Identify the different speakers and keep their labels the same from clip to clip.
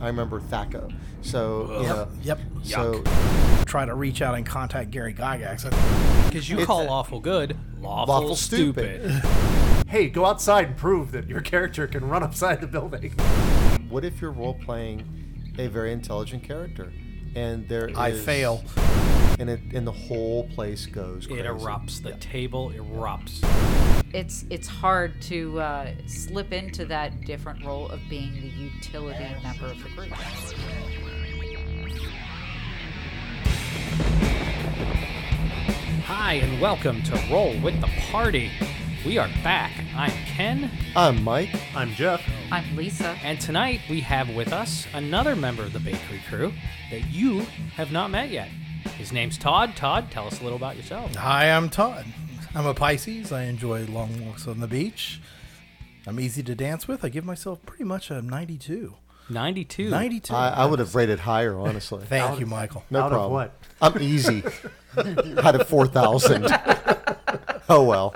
Speaker 1: I remember Thaco. So you
Speaker 2: Uh,
Speaker 1: know,
Speaker 3: Yep.
Speaker 1: So
Speaker 3: Try to reach out and contact Gary Gygax.
Speaker 4: Because you call awful good lawful,
Speaker 1: Lawful
Speaker 4: stupid.
Speaker 1: stupid.
Speaker 2: Hey, go outside and prove that your character can run upside the building.
Speaker 1: what if you're role playing a very intelligent character, and there
Speaker 3: I
Speaker 1: is-
Speaker 3: fail.
Speaker 1: and it and the whole place goes crazy.
Speaker 4: It erupts. The table erupts.
Speaker 5: It's it's hard to uh, slip into that different role of being the utility member of the group.
Speaker 4: Hi, and welcome to Roll with the Party. We are back. I'm Ken,
Speaker 1: I'm Uh, Mike.
Speaker 2: I'm Jeff.
Speaker 5: I'm Lisa.
Speaker 4: and tonight we have with us another member of the bakery crew that you have not met yet. His name's Todd. Todd, tell us a little about yourself.
Speaker 3: Hi, I'm Todd. I'm a Pisces. I enjoy long walks on the beach. I'm easy to dance with. I give myself pretty much a 92.
Speaker 4: 92.
Speaker 3: 92.
Speaker 1: I, I would have rated higher, honestly.
Speaker 3: Thank you, Michael.
Speaker 1: No
Speaker 2: Out of
Speaker 1: problem.
Speaker 2: what?
Speaker 1: I'm easy. Out of four thousand. oh well.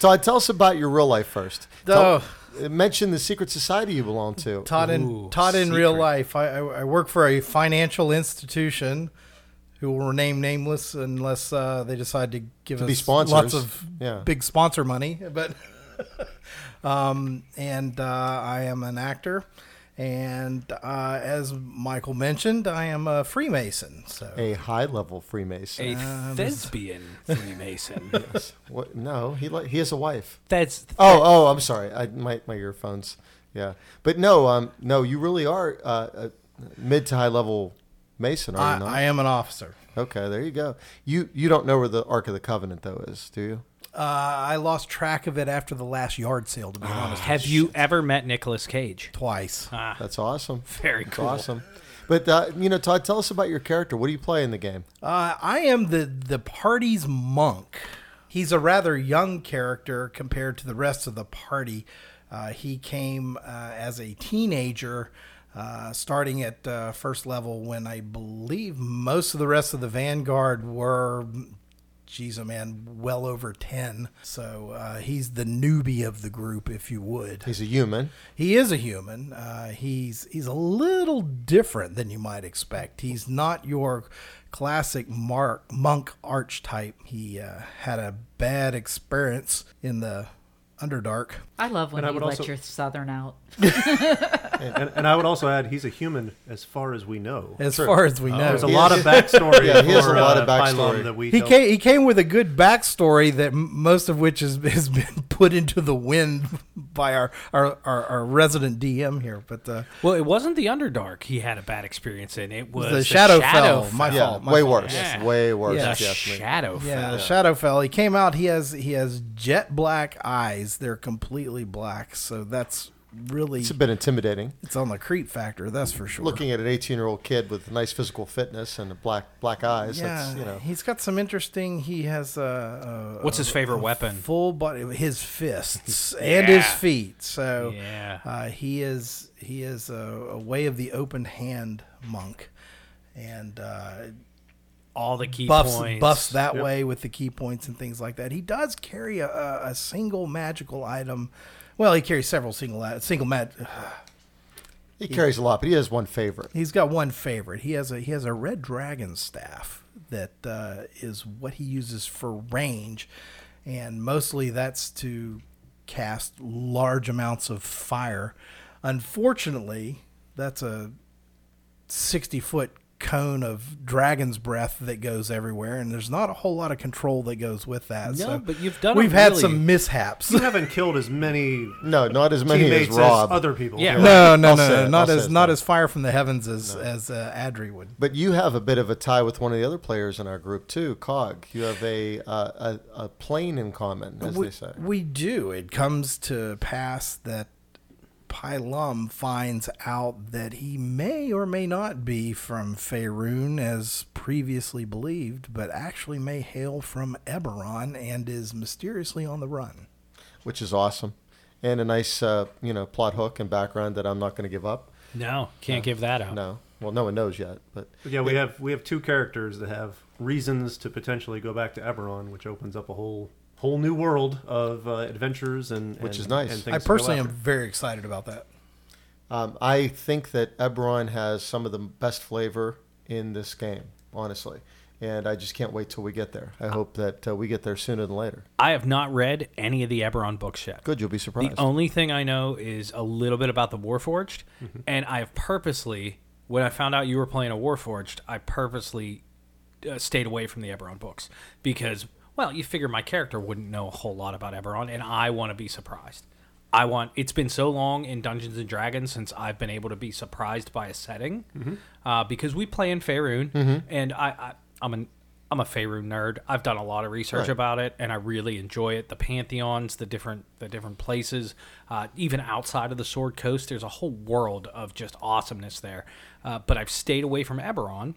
Speaker 1: Todd, tell us about your real life first. Tell- mention the secret society you belong to.
Speaker 3: Oh. Todd in
Speaker 4: Ooh,
Speaker 3: Todd in real
Speaker 4: secret.
Speaker 3: life. I, I, I work for a financial institution who will remain nameless unless uh, they decide to give us
Speaker 1: be sponsors.
Speaker 3: lots of
Speaker 1: Yeah.
Speaker 3: big sponsor money. But um, and uh, I am an actor, and uh, as Michael mentioned, I am a Freemason. So
Speaker 1: a high level Freemason.
Speaker 4: A thespian Freemason.
Speaker 1: What? No, he li- he has a wife.
Speaker 4: That's
Speaker 1: Oh, oh, I'm sorry. I my my earphones. Yeah, but no, um, no, you really are uh, a mid to high level Mason, are
Speaker 3: I,
Speaker 1: you not?
Speaker 3: I am an officer.
Speaker 1: okay, there you go. You you don't know where the Ark of the Covenant though is, do you?
Speaker 3: Uh, I lost track of it after the last yard sale. To be honest,
Speaker 4: Have you ever met Nicolas Cage?
Speaker 3: twice.
Speaker 1: That's awesome.
Speaker 4: Very
Speaker 1: That's
Speaker 4: cool.
Speaker 1: Awesome. But uh, you know, Todd, tell us about your character. What do you play in the game?
Speaker 3: Uh, I am the the party's monk. He's a rather young character compared to the rest of the party. Uh, he came uh, as a teenager, uh, starting at uh, first level when I believe most of the rest of the vanguard were, geez, oh man, well over ten. So uh, he's the newbie of the group, if you would.
Speaker 1: He's a human.
Speaker 3: He is a human. Uh, he's he's a little different than you might expect. He's not your classic mark monk archetype. He uh, had a bad experience in the Underdark.
Speaker 5: I love when
Speaker 2: And I
Speaker 5: you
Speaker 2: would
Speaker 5: let
Speaker 2: also-
Speaker 5: your southern out.
Speaker 2: And, and I would also add, he's a human as far as we know.
Speaker 3: As far as we know,
Speaker 2: Oh, There's a lot of backstory.
Speaker 1: Yeah, he has a
Speaker 2: for,
Speaker 1: lot
Speaker 2: uh,
Speaker 1: of
Speaker 2: Pylon
Speaker 1: backstory.
Speaker 2: That we
Speaker 3: He
Speaker 2: don't-
Speaker 3: came, he came with a good backstory that m- most of which has, has been put into the wind by our, our, our, our resident DM here. But uh,
Speaker 4: Well, it wasn't the Underdark he had a bad experience in. It was
Speaker 3: the, Shadowfell, my
Speaker 1: Yeah,
Speaker 3: fault. my
Speaker 1: way
Speaker 3: fault.
Speaker 1: worse.
Speaker 4: Yeah.
Speaker 1: Way worse.
Speaker 4: The
Speaker 1: definitely.
Speaker 4: Shadowfell.
Speaker 3: Yeah, Shadowfell. He came out. He has he has jet black eyes. They're completely black, so that's really
Speaker 1: It's a bit intimidating.
Speaker 3: it's on the creep factor. That's for sure.
Speaker 1: Looking at an 18 year old kid with nice physical fitness and black black eyes.
Speaker 3: yeah,
Speaker 1: That's, you know.
Speaker 3: he's got some interesting. He has a,
Speaker 4: What's his favorite
Speaker 3: a
Speaker 4: weapon?
Speaker 3: full body, his fists and his
Speaker 4: Yeah.
Speaker 3: feet. So
Speaker 4: Yeah.
Speaker 3: uh, he is he is a, a way of the open hand monk, and uh,
Speaker 4: All the key
Speaker 3: buffs
Speaker 4: points.
Speaker 3: buffs that way with the key points and things like that. He does carry a, a, a single magical item. Well, he carries several single i- single mag.
Speaker 1: He carries a lot, but he has one favorite.
Speaker 3: He's got one favorite. He has a he has a red dragon staff that uh, is what he uses for range, and mostly that's to cast large amounts of fire. Unfortunately, that's a 60 foot cone of dragon's breath that goes everywhere and there's not a whole lot of control that goes with that
Speaker 4: No,
Speaker 3: so
Speaker 4: but you've done a
Speaker 3: we've had
Speaker 4: really-
Speaker 3: some mishaps
Speaker 2: You haven't killed as many
Speaker 1: No, not as many as
Speaker 2: teammates as
Speaker 1: Rob.
Speaker 2: other people.
Speaker 4: Yeah.
Speaker 2: Right.
Speaker 3: no no
Speaker 1: I'll
Speaker 3: no,
Speaker 1: say
Speaker 3: no
Speaker 1: it.
Speaker 3: not
Speaker 1: I'll
Speaker 3: as
Speaker 1: say it.
Speaker 3: not as fire from the heavens as as uh, adri would
Speaker 1: But you have a bit of a tie with one of the other players in our group too, Cog. You have a uh, a, a plane in common, as
Speaker 3: we,
Speaker 1: they say.
Speaker 3: we do it comes to pass that Pylum finds out that he may or may not be from Faerun as previously believed, but actually may hail from Eberron and is mysteriously on the run.
Speaker 1: which is awesome, and a nice uh, you know plot hook and background that I'm not going to give up.
Speaker 4: No, can't give that out.
Speaker 1: No, well, no one knows yet, but
Speaker 2: Yeah, we have we have two characters that have reasons to potentially go back to Eberron, which opens up a whole whole new world of uh, adventures and
Speaker 1: Which
Speaker 2: and-
Speaker 1: is nice.
Speaker 2: and things
Speaker 3: I
Speaker 2: to go
Speaker 3: personally am
Speaker 2: after.
Speaker 3: very excited about that.
Speaker 1: Um, I think that Eberron has some of the best flavor in this game, honestly. And I just can't wait till we get there. I hope that uh, we get there sooner than later.
Speaker 4: I have not read any of the Eberron books yet.
Speaker 1: Good, you'll be surprised.
Speaker 4: The only thing I know is a little bit about the Warforged, and I've purposely, when I found out you were playing a Warforged, I purposely uh, stayed away from the Eberron books because, well, you figure my character wouldn't know a whole lot about Eberron, and I want to be surprised. I want. It's been so long in Dungeons and Dragons since I've been able to be surprised by a setting, uh, because we play in Faerun, and I, I I'm an I'm a Faerun nerd. I've done a lot of research
Speaker 1: Right.
Speaker 4: about it, and I really enjoy it. The pantheons, the different the different places, uh, even outside of the Sword Coast, there's a whole world of just awesomeness there. Uh, but I've stayed away from Eberron.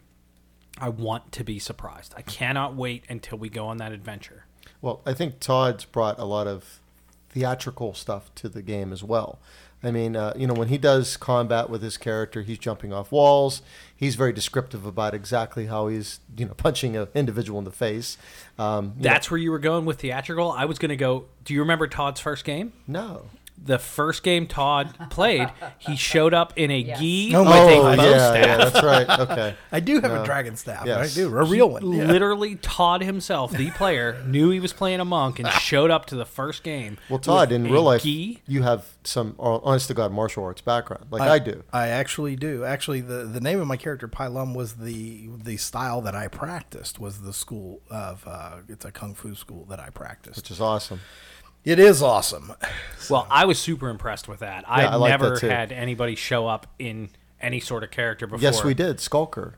Speaker 4: I want to be surprised. I cannot wait until we go on that adventure.
Speaker 1: Well, I think Todd's brought a lot of theatrical stuff to the game as well. I mean, uh, you know, when he does combat with his character, he's jumping off walls. He's very descriptive about exactly how he's, you know, punching an individual in the face. Um, you
Speaker 4: That's where you were going with theatrical. I was going to go. Do you remember Todd's first game?
Speaker 1: know- no.
Speaker 4: The first game Todd played, he showed up in a
Speaker 5: Yes.
Speaker 4: gi
Speaker 3: Oh
Speaker 4: with
Speaker 3: my
Speaker 4: a
Speaker 1: Oh,
Speaker 3: God.
Speaker 4: bow
Speaker 1: yeah,
Speaker 4: staff.
Speaker 1: yeah, that's right. Okay.
Speaker 3: I do have a dragon staff.
Speaker 1: Yes.
Speaker 3: I do a real one. yeah.
Speaker 4: Literally, Todd himself, the player, knew he was playing a monk and showed up to the first game.
Speaker 1: Well, Todd,
Speaker 4: with
Speaker 1: in
Speaker 4: a
Speaker 1: real life,
Speaker 4: gi.
Speaker 1: you have some uh, honest to God martial arts background, like I, do.
Speaker 3: I actually do. Actually, the, the name of my character Pylum was the the style that I practiced was the school of uh, it's a kung fu school that I practiced.
Speaker 1: Which is awesome.
Speaker 3: It is awesome.
Speaker 4: Well, I was super impressed with that.
Speaker 1: Yeah, I
Speaker 4: I
Speaker 1: like that
Speaker 4: never
Speaker 1: too.
Speaker 4: had anybody show up in any sort of character before.
Speaker 1: Yes, we did. Skulker.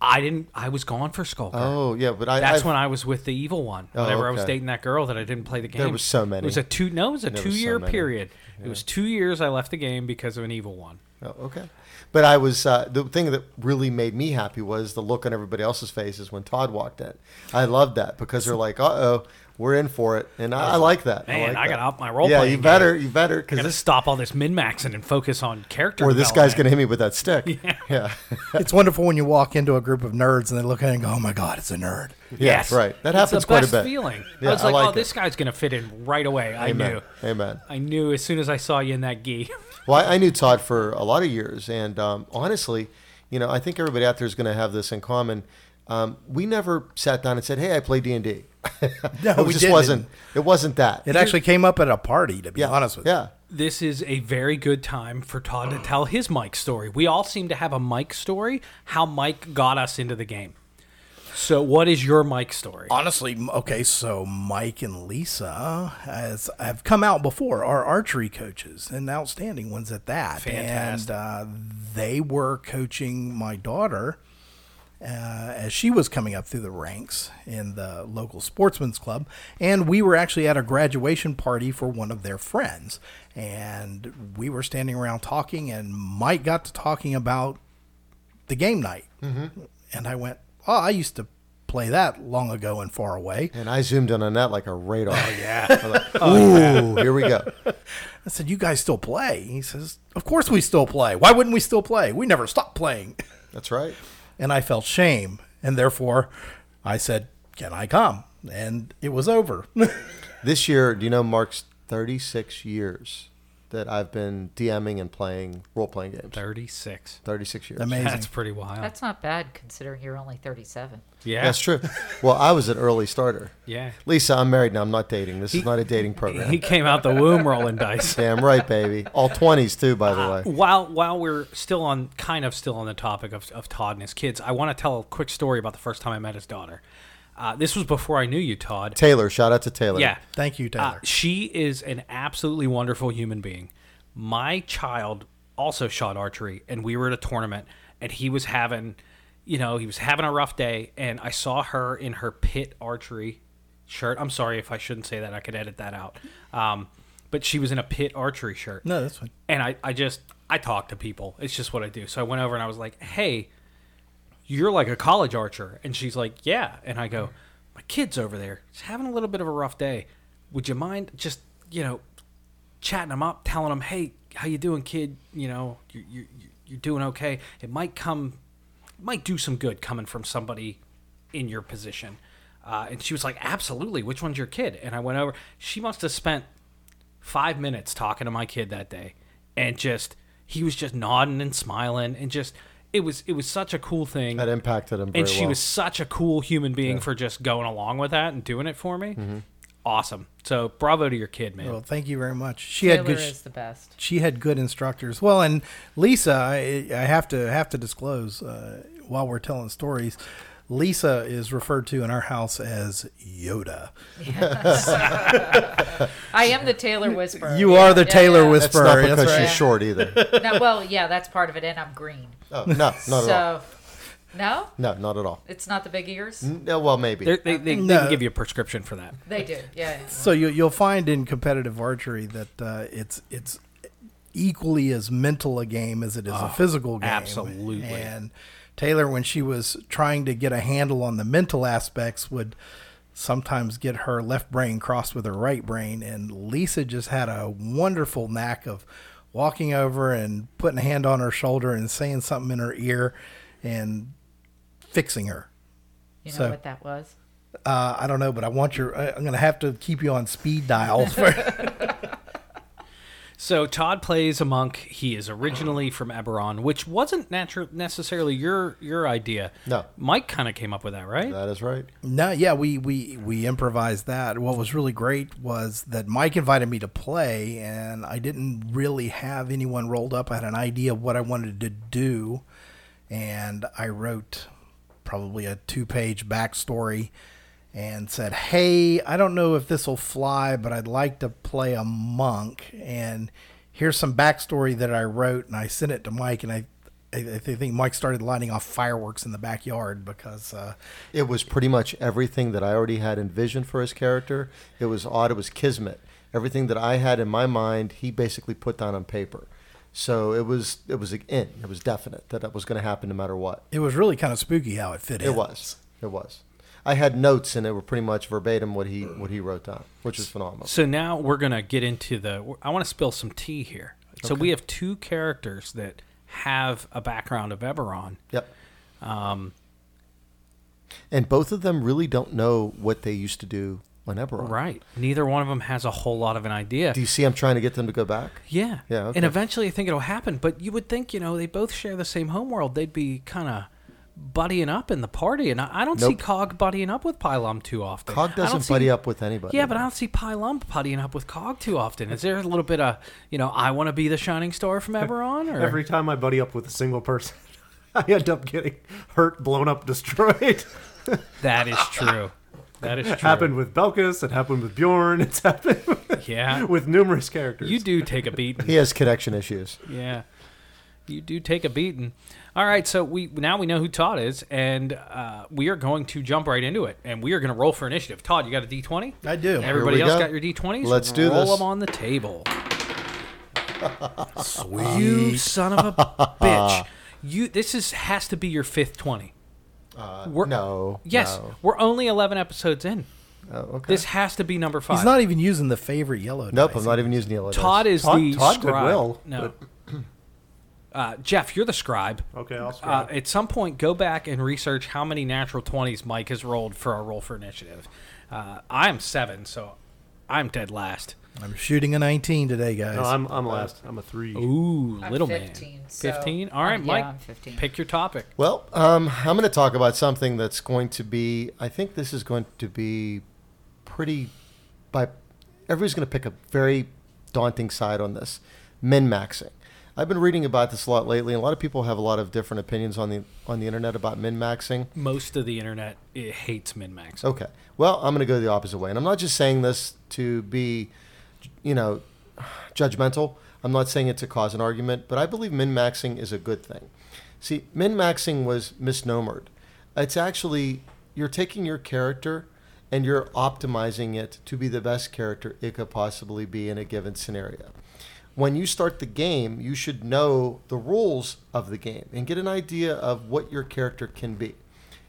Speaker 4: I didn't. I was gone for Skulker.
Speaker 1: Oh, yeah, but I.
Speaker 4: That's
Speaker 1: I've-
Speaker 4: when I was with the evil one.
Speaker 1: Oh,
Speaker 4: Whenever I was
Speaker 1: okay.
Speaker 4: dating that girl that I didn't play the game.
Speaker 1: There were so many.
Speaker 4: It was a two. No, it was a
Speaker 1: There were so
Speaker 4: two-year
Speaker 1: many.
Speaker 4: period. It was two years I left the game because of an evil one.
Speaker 1: Oh, okay. But I was uh, the thing that really made me happy was the look on everybody else's faces when Todd walked in. I loved that because they're like, "Uh oh, we're in for it," and I, I like that.
Speaker 4: Man,
Speaker 1: like
Speaker 4: I
Speaker 1: that.
Speaker 4: gotta up my role
Speaker 1: Yeah,
Speaker 4: playing
Speaker 1: you
Speaker 4: game.
Speaker 1: better, you better, because
Speaker 4: Gotta
Speaker 1: this
Speaker 4: stop all this min-maxing and focus on character.
Speaker 1: or this guy's
Speaker 4: development.
Speaker 1: gonna hit me with that stick. Yeah, yeah,
Speaker 3: it's wonderful when you walk into a group of nerds and they look at it and go, "Oh my god, it's a nerd."
Speaker 4: Yes,
Speaker 1: right. That
Speaker 4: It's
Speaker 1: happens
Speaker 4: the
Speaker 1: quite
Speaker 4: best
Speaker 1: a bit.
Speaker 4: Feeling.
Speaker 1: Yeah,
Speaker 4: I was
Speaker 1: I
Speaker 4: like,
Speaker 1: like
Speaker 4: oh,
Speaker 1: it.
Speaker 4: this guy's gonna fit in right away. I
Speaker 1: Amen.
Speaker 4: knew.
Speaker 1: Amen.
Speaker 4: I knew as soon as I saw you in that gi.
Speaker 1: Well, I, I knew Todd for a lot of years, and um, honestly, you know, I think everybody out there is going to have this in common. Um, we never sat down and said, "Hey, I play D and D."
Speaker 3: No,
Speaker 1: it
Speaker 3: we
Speaker 1: just
Speaker 3: didn't.
Speaker 1: wasn't. It wasn't that.
Speaker 3: It actually came up at a party, to be
Speaker 1: yeah,
Speaker 3: honest with you.
Speaker 1: yeah.
Speaker 4: this is a very good time for Todd to tell his Mike story. We all seem to have a Mike story. How Mike got us into the game. So, what is your Mike story?
Speaker 3: Honestly, m- okay, so Mike and Lisa, as have come out before, are archery coaches and outstanding ones at that. And
Speaker 4: Fantastic.
Speaker 3: uh, they were coaching my daughter uh, as she was coming up through the ranks in the local sportsman's club. And we were actually at a graduation party for one of their friends. And we were standing around talking, and Mike got to talking about the game night. And I went, Oh, I used to play that long ago and far away.
Speaker 1: And I zoomed in on that like a radar. Oh yeah. Ooh, here we go.
Speaker 3: I said, You guys still play? He says, Of course we still play. Why wouldn't we still play? We never stop playing.
Speaker 1: That's right.
Speaker 3: And I felt shame. And therefore, I said, Can I come? And it was over.
Speaker 1: This year, do you know marks 36 years that I've been DMing and playing role-playing games.
Speaker 4: 36.
Speaker 1: 36 years.
Speaker 3: Amazing.
Speaker 4: That's pretty wild.
Speaker 5: That's not bad considering you're only 37.
Speaker 4: yeah.
Speaker 1: That's true. Well, I was an early starter.
Speaker 4: Yeah.
Speaker 1: Lisa, I'm married now. I'm not dating. This is not a dating program.
Speaker 4: He came out the womb rolling dice.
Speaker 1: Damn right, baby. All 20s too, by
Speaker 4: Ah.
Speaker 1: the way.
Speaker 4: While while we're still on kind of still on the topic of, of Todd and his kids, I want to tell a quick story about the first time I met his daughter. Uh, this was before I knew you, Todd.
Speaker 1: Taylor, shout out to Taylor.
Speaker 4: Yeah.
Speaker 3: Thank you, Taylor.
Speaker 4: Uh,
Speaker 5: Ah.
Speaker 4: she is an absolutely wonderful human being. My child also shot archery, and we were at a tournament, and he was having, you know, he was having a rough day, and I saw her in her pit archery shirt. I'm sorry if I shouldn't say that; I could edit that out. Um, but she was in a pit archery shirt.
Speaker 3: no, that's fine.
Speaker 4: And I, I just, I talk to people. It's just what I do. So I went over and I was like, hey, you're like a college archer. And she's like, yeah. And I go, my kid's over there. He's having a little bit of a rough day. Would you mind just, you know, chatting them up, telling them, hey, how you doing, kid? You know, you, you, you- you're doing okay. It might come, it might do some good coming from somebody in your position. Uh, and she was like, absolutely. Which one's your kid? And I went over. She must have spent five minutes talking to my kid that day and just he was just nodding and smiling and just it was it was such a cool thing.
Speaker 1: That impacted him. Very
Speaker 4: and she
Speaker 1: well.
Speaker 4: was such a cool human being for just going along with that and doing it for me.
Speaker 1: Mm-hmm.
Speaker 4: Awesome. So bravo to your kid, man.
Speaker 3: Well, thank you very much. She
Speaker 5: Taylor
Speaker 3: had good.
Speaker 5: is the best.
Speaker 3: she had good instructors. Well, and Lisa, I, I have to have to disclose uh, while we're telling stories. Lisa is referred to in our house as Yoda.
Speaker 5: I am the Taylor Whisperer.
Speaker 3: You are the
Speaker 5: Yeah,
Speaker 3: Taylor
Speaker 5: yeah.
Speaker 1: That's
Speaker 3: Whisperer.
Speaker 1: not because
Speaker 3: That's
Speaker 1: she's
Speaker 3: right.
Speaker 5: right.
Speaker 1: short either.
Speaker 5: No, well, yeah, that's part of it, and I'm green.
Speaker 1: Oh, no, not at
Speaker 5: so,
Speaker 1: all. Hmm?
Speaker 5: no,
Speaker 1: No, not at all.
Speaker 5: it's not the big ears.
Speaker 1: No, well, maybe.
Speaker 4: They're- they they, they
Speaker 3: No.
Speaker 4: can give you a prescription for that.
Speaker 5: They do, yeah.
Speaker 3: So you, you'll find in competitive archery that uh, it's it's equally as mental a game as it is a physical game.
Speaker 4: absolutely.
Speaker 3: And Taylor, when she was trying to get a handle on the mental aspects, would sometimes get her left brain crossed with her right brain. And Lisa just had a wonderful knack of walking over and putting a hand on her shoulder and saying something in her ear and fixing her.
Speaker 5: You know
Speaker 3: So-
Speaker 5: what that was?
Speaker 3: Uh, I don't know, but I want your. I- I'm going to have to keep you on speed dial for
Speaker 4: So Todd plays a monk. He is originally from Eberron, which wasn't natu- necessarily your your idea.
Speaker 1: No.
Speaker 4: Mike kind of came up with that, right?
Speaker 1: That is right.
Speaker 3: No, yeah, we we we improvised that. What was really great was that Mike invited me to play, and I didn't really have anyone rolled up. I had an idea of what I wanted to do, and I wrote probably a two-page backstory and said, "Hey, I don't know if this will fly, but I'd like to play a monk, and here's some backstory that I wrote." And I sent it to Mike, and I. I I think Mike started lighting off fireworks in the backyard because uh,
Speaker 1: It was pretty much everything that I already had envisioned for his character. It was odd. It was kismet. Everything that I had in my mind, he basically put down on paper. So it was it was in. It was definite that that was going to happen no matter what.
Speaker 3: It was really kind of spooky how it fit in.
Speaker 1: It was. It was. I had notes, and they were pretty much verbatim what he what he wrote down, which is phenomenal.
Speaker 4: So now we're gonna get into the. I want to spill some tea here. So we have two characters that have a background of Eberron.
Speaker 1: Yep. Um, and both of them really don't know what they used to do on Eberron.
Speaker 4: Right. Neither one of them has a whole lot of an idea.
Speaker 1: Do you see? I'm trying to get them to go back.
Speaker 4: Yeah.
Speaker 1: Yeah, okay.
Speaker 4: And eventually I think it'll happen. But you would think, you know, they both share the same homeworld. They'd be kind of buddying up in the party. And I, I don't see
Speaker 1: Nope.
Speaker 4: Cog buddying up with Pylum too often.
Speaker 1: Cog
Speaker 4: I don't
Speaker 1: doesn't
Speaker 4: see-
Speaker 1: buddy up with anybody.
Speaker 4: Yeah, but I don't see Pylum buddying up with Cog too often. Is there a little bit of, you know, I want to be the shining star from Eberron? Or?
Speaker 2: Every time I buddy up with a single person, I end up getting hurt, blown up, destroyed.
Speaker 4: That is true. That is true.
Speaker 2: happened with Belkis. It happened with Bjorn. It's happened with,
Speaker 4: Yeah.
Speaker 2: with numerous characters.
Speaker 4: You do take a beating.
Speaker 1: He has connection issues.
Speaker 4: Yeah. You do take a beating. All right, so we now we know who Todd is, and uh, we are going to jump right into it, and we are going to roll for initiative. Todd, you got a D twenty?
Speaker 3: I do.
Speaker 4: Everybody
Speaker 1: Here we
Speaker 4: else
Speaker 1: go.
Speaker 4: got your D twenties?
Speaker 1: Let's do
Speaker 4: roll
Speaker 1: this.
Speaker 4: them on the table. You son of a bitch! You this is has to be your fifth twenty. Uh, we're,
Speaker 1: No.
Speaker 4: Yes,
Speaker 1: no.
Speaker 4: we're only eleven episodes in.
Speaker 1: Oh, okay.
Speaker 4: This has to be number five.
Speaker 3: He's not even using the favorite yellow.
Speaker 1: nope,
Speaker 3: dice.
Speaker 1: I'm not even using the E yellow dice.
Speaker 4: Todd is
Speaker 2: Todd-
Speaker 4: the
Speaker 2: Todd could
Speaker 4: scribe.
Speaker 2: will,
Speaker 4: no. Uh, Jeff, you're the scribe.
Speaker 1: Oh,
Speaker 2: Okay, I'll
Speaker 4: Uh,
Speaker 2: scrap.
Speaker 4: at some point, go back and research how many natural 20s Mike has rolled for our roll for initiative. Uh, I'm seven, so I'm dead last.
Speaker 3: I'm shooting a 19 today, guys.
Speaker 2: no, I'm, I'm last. I'm a three.
Speaker 4: Ooh,
Speaker 5: I'm
Speaker 4: little
Speaker 5: 15,
Speaker 4: man.
Speaker 5: so-
Speaker 4: 15? All right,
Speaker 5: Yeah,
Speaker 4: Mike.
Speaker 5: I'm 15.
Speaker 4: Pick your topic.
Speaker 1: Well, um, I'm going to talk about something that's going to be. I think this is going to be pretty. By everybody's going to pick a very daunting side on this min maxing. I've been reading about this a lot lately, and a lot of people have a lot of different opinions on the on the internet about min maxing.
Speaker 4: Most of the internet it hates min max.
Speaker 1: Okay. Well, I'm going to go the opposite way. And I'm not just saying this to be, you know, judgmental. I'm not saying it to cause an argument, but I believe min maxing is a good thing. See, min maxing was misnomered. It's actually, you're taking your character and you're optimizing it to be the best character it could possibly be in a given scenario when you start the game, you should know the rules of the game and get an idea of what your character can be.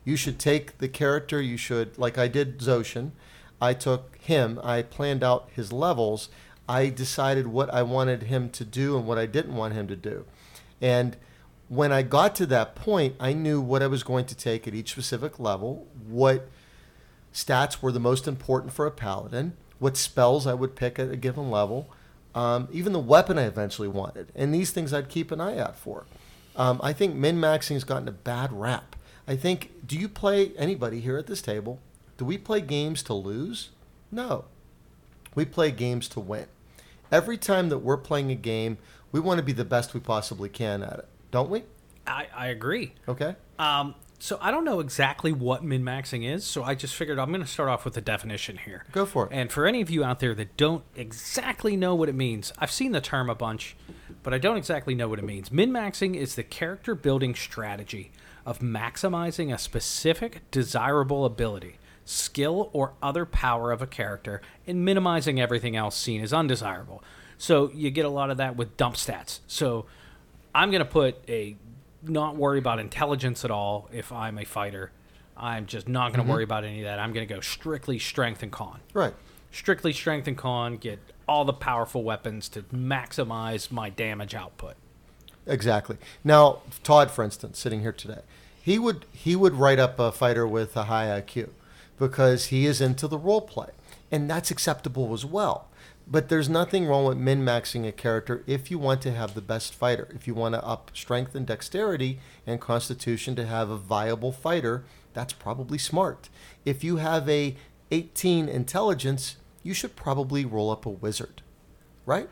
Speaker 1: You should take the character, you should, like I did Zoshin, I took him, I planned out his levels, I decided what I wanted him to do and what I didn't want him to do. And when I got to that point, I knew what I was going to take at each specific level, what stats were the most important for a paladin, what spells I would pick at a given level, um, even the weapon I eventually wanted. And these things I'd keep an eye out for. Um, I think min maxing has gotten a bad rap. I think, do you play anybody here at this table? Do we play games to lose? No. We play games to win. Every time that we're playing a game, we want to be the best we possibly can at it, don't we?
Speaker 4: I, I agree.
Speaker 1: Okay.
Speaker 4: Um, so I don't know exactly what min maxing is, so I just figured I'm going to start off with a definition here.
Speaker 1: Go for it.
Speaker 4: And for any of you out there that don't exactly know what it means, I've seen the term a bunch, but I don't exactly know what it means. Min maxing is the character building strategy of maximizing a specific desirable ability, skill, or other power of a character and minimizing everything else seen as undesirable. So you get a lot of that with dump stats. So I'm going to put a not worry about intelligence at all if I'm a fighter. I'm just not going to worry about any of that. I'm going to go strictly strength and con.
Speaker 1: Right.
Speaker 4: Strictly strength and con, get all the powerful weapons to maximize my damage output.
Speaker 1: Exactly. Now, Todd, for instance, sitting here today, he would he would write up a fighter with a high IQ because he is into the role play, and that's acceptable as well. But there's nothing wrong with min maxing a character if you want to have the best fighter. If you want to up strength and dexterity and constitution to have a viable fighter, that's probably smart. If you have a 18 intelligence, you should probably roll up a wizard, right?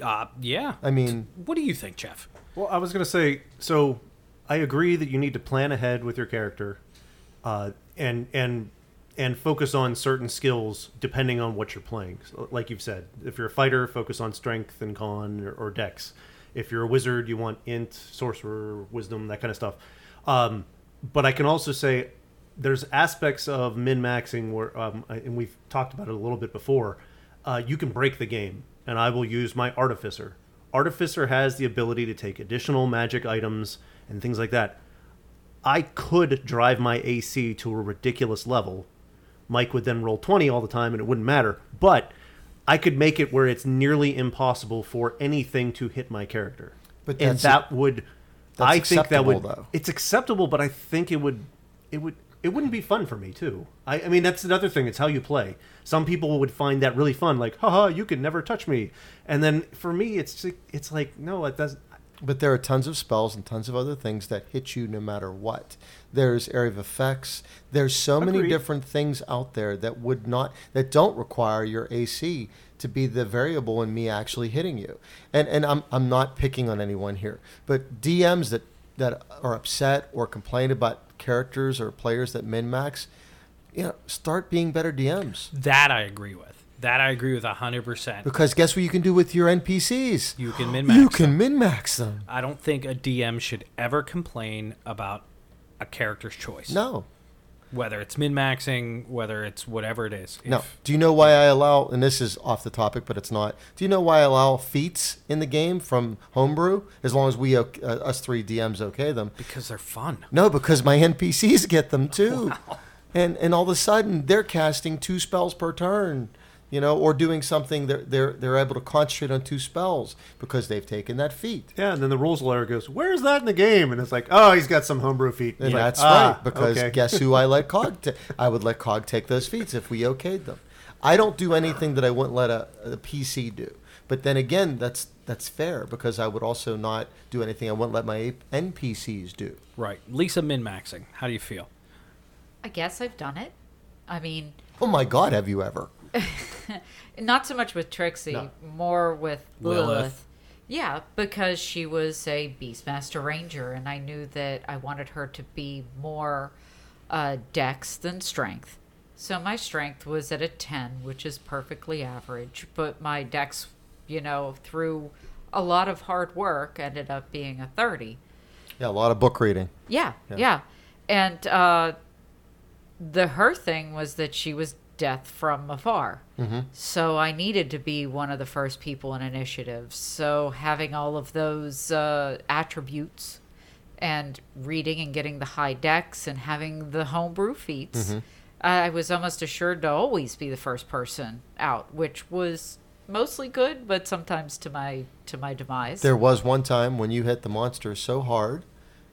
Speaker 4: Uh, yeah.
Speaker 1: I mean,
Speaker 4: what do you think, Jeff?
Speaker 2: Well, I was going to say, so I agree that you need to plan ahead with your character, uh, and and and focus on certain skills depending on what you're playing. So, like you've said, if you're a fighter, focus on strength and con or, or dex. If you're a wizard, you want int, sorcerer, wisdom, that kind of stuff. Um, but I can also say there's aspects of min maxing where, um, I- and we've talked about it a little bit before. Uh, you can break the game, and I will use my artificer. Artificer has the ability to take additional magic items and things like that. I could drive my AC to a ridiculous level. Mike would then roll 20 all the time and it wouldn't matter. But I could make it where it's nearly impossible for anything to hit my character.
Speaker 1: But
Speaker 2: and
Speaker 1: that's-
Speaker 2: that would
Speaker 1: that's
Speaker 2: I think that would
Speaker 1: acceptable, though.
Speaker 2: it's acceptable, but I think it would it would it wouldn't be fun for me too. I, I mean that's another thing, it's how you play. Some people would find that really fun, like, haha, you can never touch me. And then for me it's it's like, no, it doesn't
Speaker 1: But there are tons of spells and tons of other things that hit you no matter what. There's area of effects. There's so many
Speaker 2: Agreed.
Speaker 1: different things out there that would not that don't require your AC to be the variable in me actually hitting you. And and I'm I'm not picking on anyone here, but DMs that that are upset or complain about characters or players that min max, you know, start being better DMs.
Speaker 4: That I agree with. That I agree with 100%.
Speaker 1: Because guess what you can do with your NPCs?
Speaker 4: You can min-max
Speaker 1: You can min max them.
Speaker 4: I don't think a DM should ever complain about a character's choice.
Speaker 1: No.
Speaker 4: Whether it's min maxing, whether it's whatever it is.
Speaker 1: No.
Speaker 4: If-
Speaker 1: Do you know why I allow? And this is off the topic, but it's not. Do you know why I allow feats in the game from homebrew as long as we o- uh, us three DMs okay them?
Speaker 4: Because they're fun.
Speaker 1: No, because my NPCs get them too, and and all of a sudden they're casting two spells per turn, you know, or doing something. They're they're they're able to concentrate on two spells because they've taken that feat.
Speaker 2: Yeah, and then the rules lawyer goes, "Where's that in the game?" And it's like, "Oh, he's got some homebrew feet."
Speaker 1: And
Speaker 2: It's like,
Speaker 1: that's
Speaker 2: "Ah,
Speaker 1: right, because
Speaker 2: okay."
Speaker 1: guess who I let Cog? ta- I would let Cog take those feats if we okayed them. I don't do anything that I wouldn't let a, a PC do. But then again, that's that's fair because I would also not do anything I wouldn't let my A- NPCs do.
Speaker 4: Right. Lisa min maxing. How do you feel?
Speaker 5: I guess I've done it. I mean,
Speaker 1: Oh my God, have you ever?
Speaker 5: not so much with Trixie,
Speaker 1: No.
Speaker 5: more with
Speaker 4: Lilith.
Speaker 5: Lilith. Yeah, because she was a Beastmaster Ranger, and I knew that I wanted her to be more uh, dex than strength. So my strength was at a 10, which is perfectly average, but my dex, you know, through a lot of hard work, ended up being a 30.
Speaker 1: Yeah, a lot of book reading.
Speaker 5: Yeah, yeah. And uh, the her thing was that she was death from afar. So I needed to be one of the first people in initiative. So having all of those uh, attributes and reading and getting the high decks and having the homebrew feats, I was almost assured to always be the first person out, which was mostly good, but sometimes to my to my demise.
Speaker 1: There was one time when you hit the monster so hard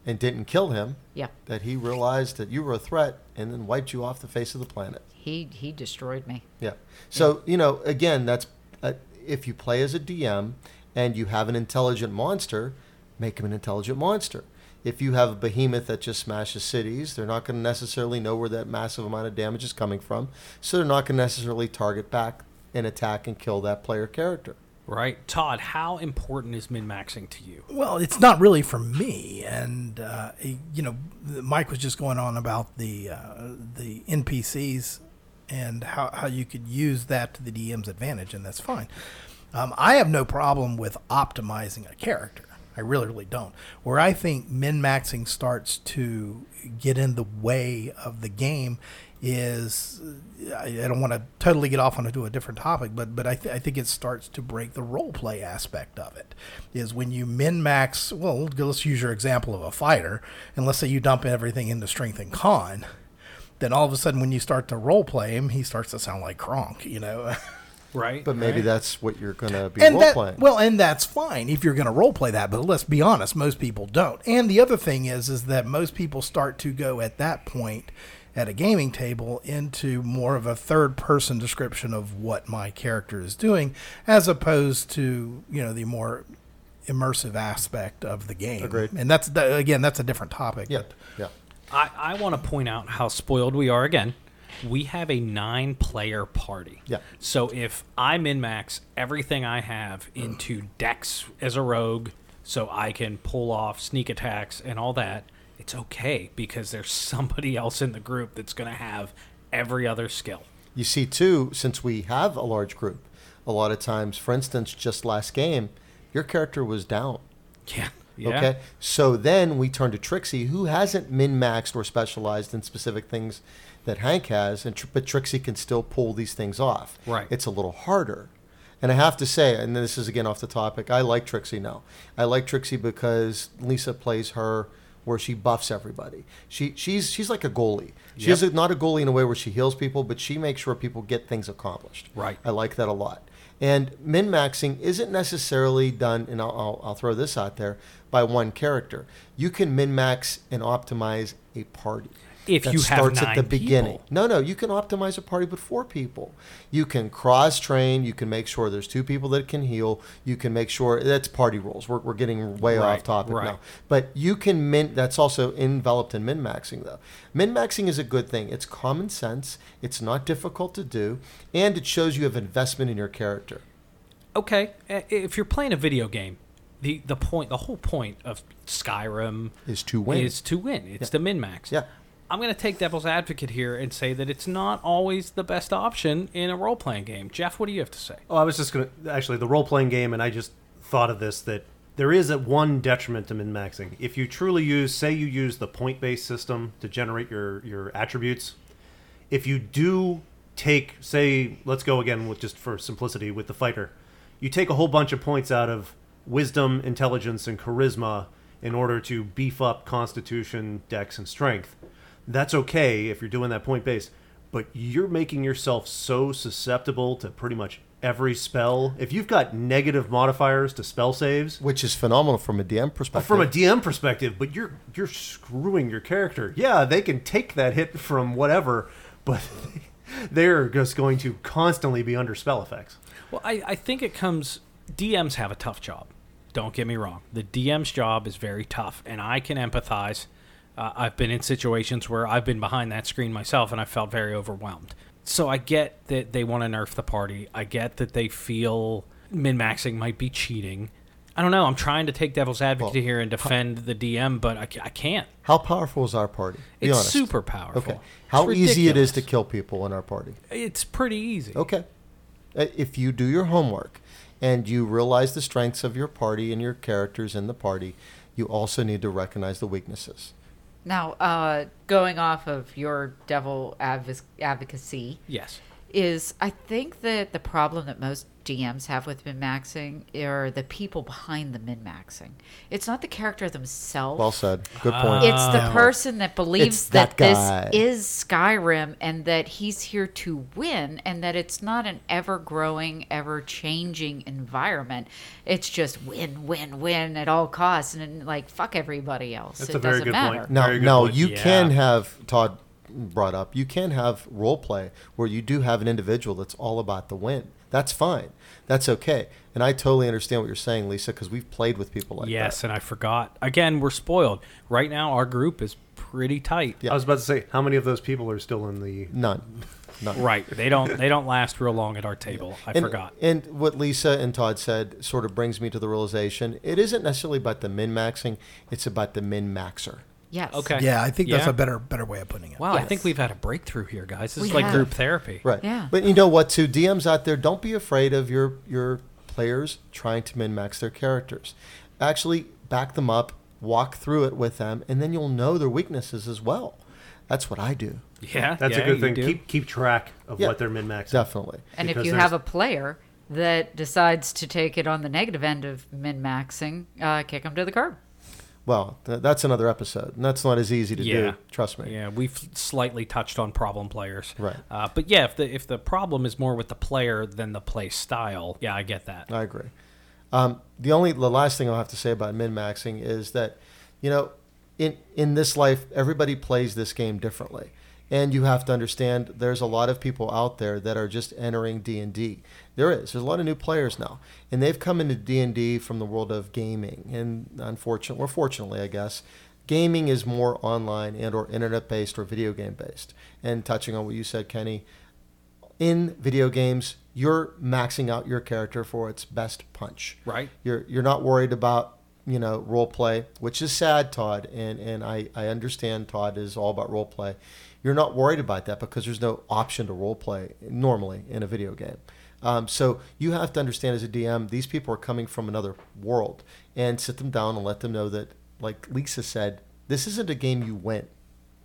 Speaker 1: and didn't kill him
Speaker 5: yeah,
Speaker 1: that he realized that you were a threat and then wiped you off the face of the planet.
Speaker 5: he he destroyed me.
Speaker 1: Yeah. So you know, again, that's uh, if you play as a DM and you have an intelligent monster, make him an intelligent monster. If you have a behemoth that just smashes cities, they're not going to necessarily know where that massive amount of damage is coming from, so they're not going to necessarily target back and attack and kill that player character.
Speaker 4: Right, Todd. How important is min maxing to you?
Speaker 3: Well, it's not really for me, and uh, you know, Mike was just going on about the uh, the NPCs and how, how you could use that to the DM's advantage, and that's fine. Um, I have no problem with optimizing a character. I really, really don't. Where I think min maxing starts to get in the way of the game is I, I don't want to totally get off onto a different topic, but but I, th- I think it starts to break the role play aspect of it. Is when you min max. Well, let's use your example of a fighter, and let's say you dump everything into strength and con. Then all of a sudden, when you start to role play him, he starts to sound like Kronk, you know.
Speaker 4: Right,
Speaker 1: But maybe
Speaker 4: right.
Speaker 1: that's what you're going to be
Speaker 3: and
Speaker 1: role
Speaker 3: that,
Speaker 1: playing.
Speaker 3: well, and that's fine if you're going to role play that. But let's be honest, most people don't. And the other thing is, is that most people start to go at that point at a gaming table into more of a third person description of what my character is doing, as opposed to you know the more immersive aspect of the game.
Speaker 1: Agreed.
Speaker 3: And that's that, again, that's a different topic.
Speaker 1: yeah,
Speaker 3: but-
Speaker 1: yeah.
Speaker 4: I, I want to point out how spoiled we are again. We have a nine player party.
Speaker 1: Yeah.
Speaker 4: So if I min max everything I have into Dex as a rogue, so I can pull off sneak attacks and all that, it's okay because there's somebody else in the group that's going to have every other skill.
Speaker 1: You see, too, since we have a large group, a lot of times, for instance, just last game, your character was down.
Speaker 4: Yeah. Yeah.
Speaker 1: Okay. So then we turn to Trixie, who hasn't min maxed or specialized in specific things that Hank has, and tr- but Trixie can still pull these things off.
Speaker 4: Right.
Speaker 1: It's a little harder. And I have to say, and this is again off the topic, I like Trixie now. I like Trixie because Lisa plays her where she buffs everybody. She she's she's like a goalie. She's
Speaker 4: Yep.
Speaker 1: not a goalie in a way where she heals people, but she makes sure people get things accomplished.
Speaker 4: Right.
Speaker 1: I like that a lot. And min maxing isn't necessarily done, and I'll, I'll, I'll throw this out there, by one character. You can min max and optimize a party.
Speaker 4: If
Speaker 1: that
Speaker 4: you have
Speaker 1: starts at the
Speaker 4: nine
Speaker 1: beginning.
Speaker 4: people.
Speaker 1: No, no, you can optimize a party with four people. You can cross train. You can make sure there's two people that can heal. You can make sure that's party rules. We're, we're getting way
Speaker 4: Right,
Speaker 1: off topic
Speaker 4: right.
Speaker 1: now. But you can min, that's also enveloped in min maxing, though. Min maxing is a good thing. It's common sense, it's not difficult to do, and it shows you have investment in your character.
Speaker 4: okay, i- if you're playing a video game, the, the point the whole point of Skyrim
Speaker 1: Is to win.
Speaker 4: Is to win. It's the min max.
Speaker 1: Yeah.
Speaker 4: I'm going to take devil's advocate here and say that it's not always the best option in a role playing game. Jeff, what do you have to say?
Speaker 2: Oh, I was just gonna actually the role playing game, and I just thought of this that there is a one detriment to min maxing. If you truly use, say, you use the point based system to generate your your attributes, if you do take, say, let's go again with just for simplicity with the fighter, you take a whole bunch of points out of wisdom, intelligence, and charisma in order to beef up constitution, dex, and strength. That's okay if you're doing that point based, but you're making yourself so susceptible to pretty much every spell. If you've got negative modifiers to spell saves,
Speaker 1: Which is phenomenal from a DM perspective.
Speaker 2: from a DM perspective, but you're you're screwing your character. Yeah, they can take that hit from whatever, but they're just going to constantly be under spell effects.
Speaker 4: Well, I, I think it comes. DMs have a tough job. Don't get me wrong. The DM's job is very tough, and I can empathize. Uh, I've been in situations where I've been behind that screen myself, and I felt very overwhelmed. So I get that they want to nerf the party. I get that they feel min maxing might be cheating. I don't know. I'm trying to take devil's advocate
Speaker 1: Well,
Speaker 4: here and defend the DM, but I, ca- I can't.
Speaker 1: How powerful is our party? Be
Speaker 4: It's
Speaker 1: honest.
Speaker 4: super powerful.
Speaker 1: Okay.
Speaker 4: It's
Speaker 1: How easy it is
Speaker 4: ridiculous.
Speaker 1: to kill people in our party.
Speaker 4: It's pretty easy.
Speaker 1: Okay. Uh, If you do your homework and you realize the strengths of your party and your characters in the party, you also need to recognize the weaknesses.
Speaker 5: Now, uh, going off of your devil advo- advocacy,
Speaker 4: Yes.
Speaker 5: is I think that the problem that most DMs have with min maxing are the people behind the min maxing. It's not the character themselves.
Speaker 1: Well said. Good point.
Speaker 5: Ah. It's the
Speaker 2: Oh.
Speaker 5: person that believes
Speaker 1: It's that
Speaker 5: this
Speaker 1: guy.
Speaker 5: is Skyrim and that he's here to win and that it's not an ever growing, ever changing environment. It's just win, win, win at all costs and then, like fuck everybody else.
Speaker 2: That's
Speaker 5: it
Speaker 2: a very
Speaker 5: doesn't
Speaker 2: good point.
Speaker 5: matter.
Speaker 1: now,
Speaker 2: Very good
Speaker 1: now
Speaker 2: point.
Speaker 1: you
Speaker 4: Yeah.
Speaker 1: can have Todd brought up. You can have role play where you do have an individual that's all about the win. That's fine. That's okay. And I totally understand what you're saying, Lisa, because we've played with people like
Speaker 4: yes,
Speaker 1: that.
Speaker 4: and I forgot. Again, we're spoiled. Right now, our group is pretty tight.
Speaker 1: Yeah.
Speaker 2: I was about to say, how many of those people are still in the?
Speaker 1: None. None.
Speaker 4: Right. They don't. They don't last real long at our table. I
Speaker 1: and,
Speaker 4: forgot.
Speaker 1: And what Lisa and Todd said sort of brings me to the realization it isn't necessarily about the min maxing, it's about the min maxer.
Speaker 5: Yes.
Speaker 4: Okay.
Speaker 3: Yeah, I think that's
Speaker 4: Yeah.
Speaker 3: a better better way of putting it.
Speaker 4: Wow. I
Speaker 5: Yes.
Speaker 4: think we've had a breakthrough here, guys. It's
Speaker 5: We
Speaker 4: like
Speaker 5: have.
Speaker 4: group therapy.
Speaker 1: Right.
Speaker 5: Yeah.
Speaker 1: But you know what? Too DMs out there, don't be afraid of your your players trying to min max their characters. Actually, back them up, walk through it with them, and then you'll know their weaknesses as well. That's what I do.
Speaker 4: Yeah.
Speaker 2: That's
Speaker 4: yeah,
Speaker 2: a good
Speaker 4: you
Speaker 2: thing.
Speaker 4: do.
Speaker 2: Keep keep track of
Speaker 1: Yeah.
Speaker 2: what their min max.
Speaker 1: Definitely.
Speaker 5: And if
Speaker 2: because
Speaker 5: you
Speaker 2: there's-
Speaker 5: have a player that decides to take it on the negative end of min maxing, uh, kick them to the curb.
Speaker 1: Well, th- that's another episode, and that's not as easy to
Speaker 4: Yeah.
Speaker 1: do. Trust me.
Speaker 4: Yeah, we've slightly touched on problem players,
Speaker 1: Right.
Speaker 4: Uh, but yeah, if the if the problem is more with the player than the play style, yeah, I get that.
Speaker 1: I agree. Um, the only the last thing I'll have to say about min maxing is that, you know, in in this life, everybody plays this game differently, and you have to understand there's a lot of people out there that are just entering D and D. There is there's a lot of new players now, and they've come into D and D from the world of gaming, and unfortunately, or fortunately, I guess. Gaming is more online and or internet based or video game based. And touching on what you said, Kenny, in video games, you're maxing out your character for its best punch.
Speaker 4: Right.
Speaker 1: You're you're not worried about you know role play, which is sad, Todd, and and I I understand Todd is all about role play. You're not worried about that because there's no option to role play normally in a video game. Um, so you have to understand as a DM, these people are coming from another world, and sit them down and let them know that, like Lisa said, this isn't a game you win.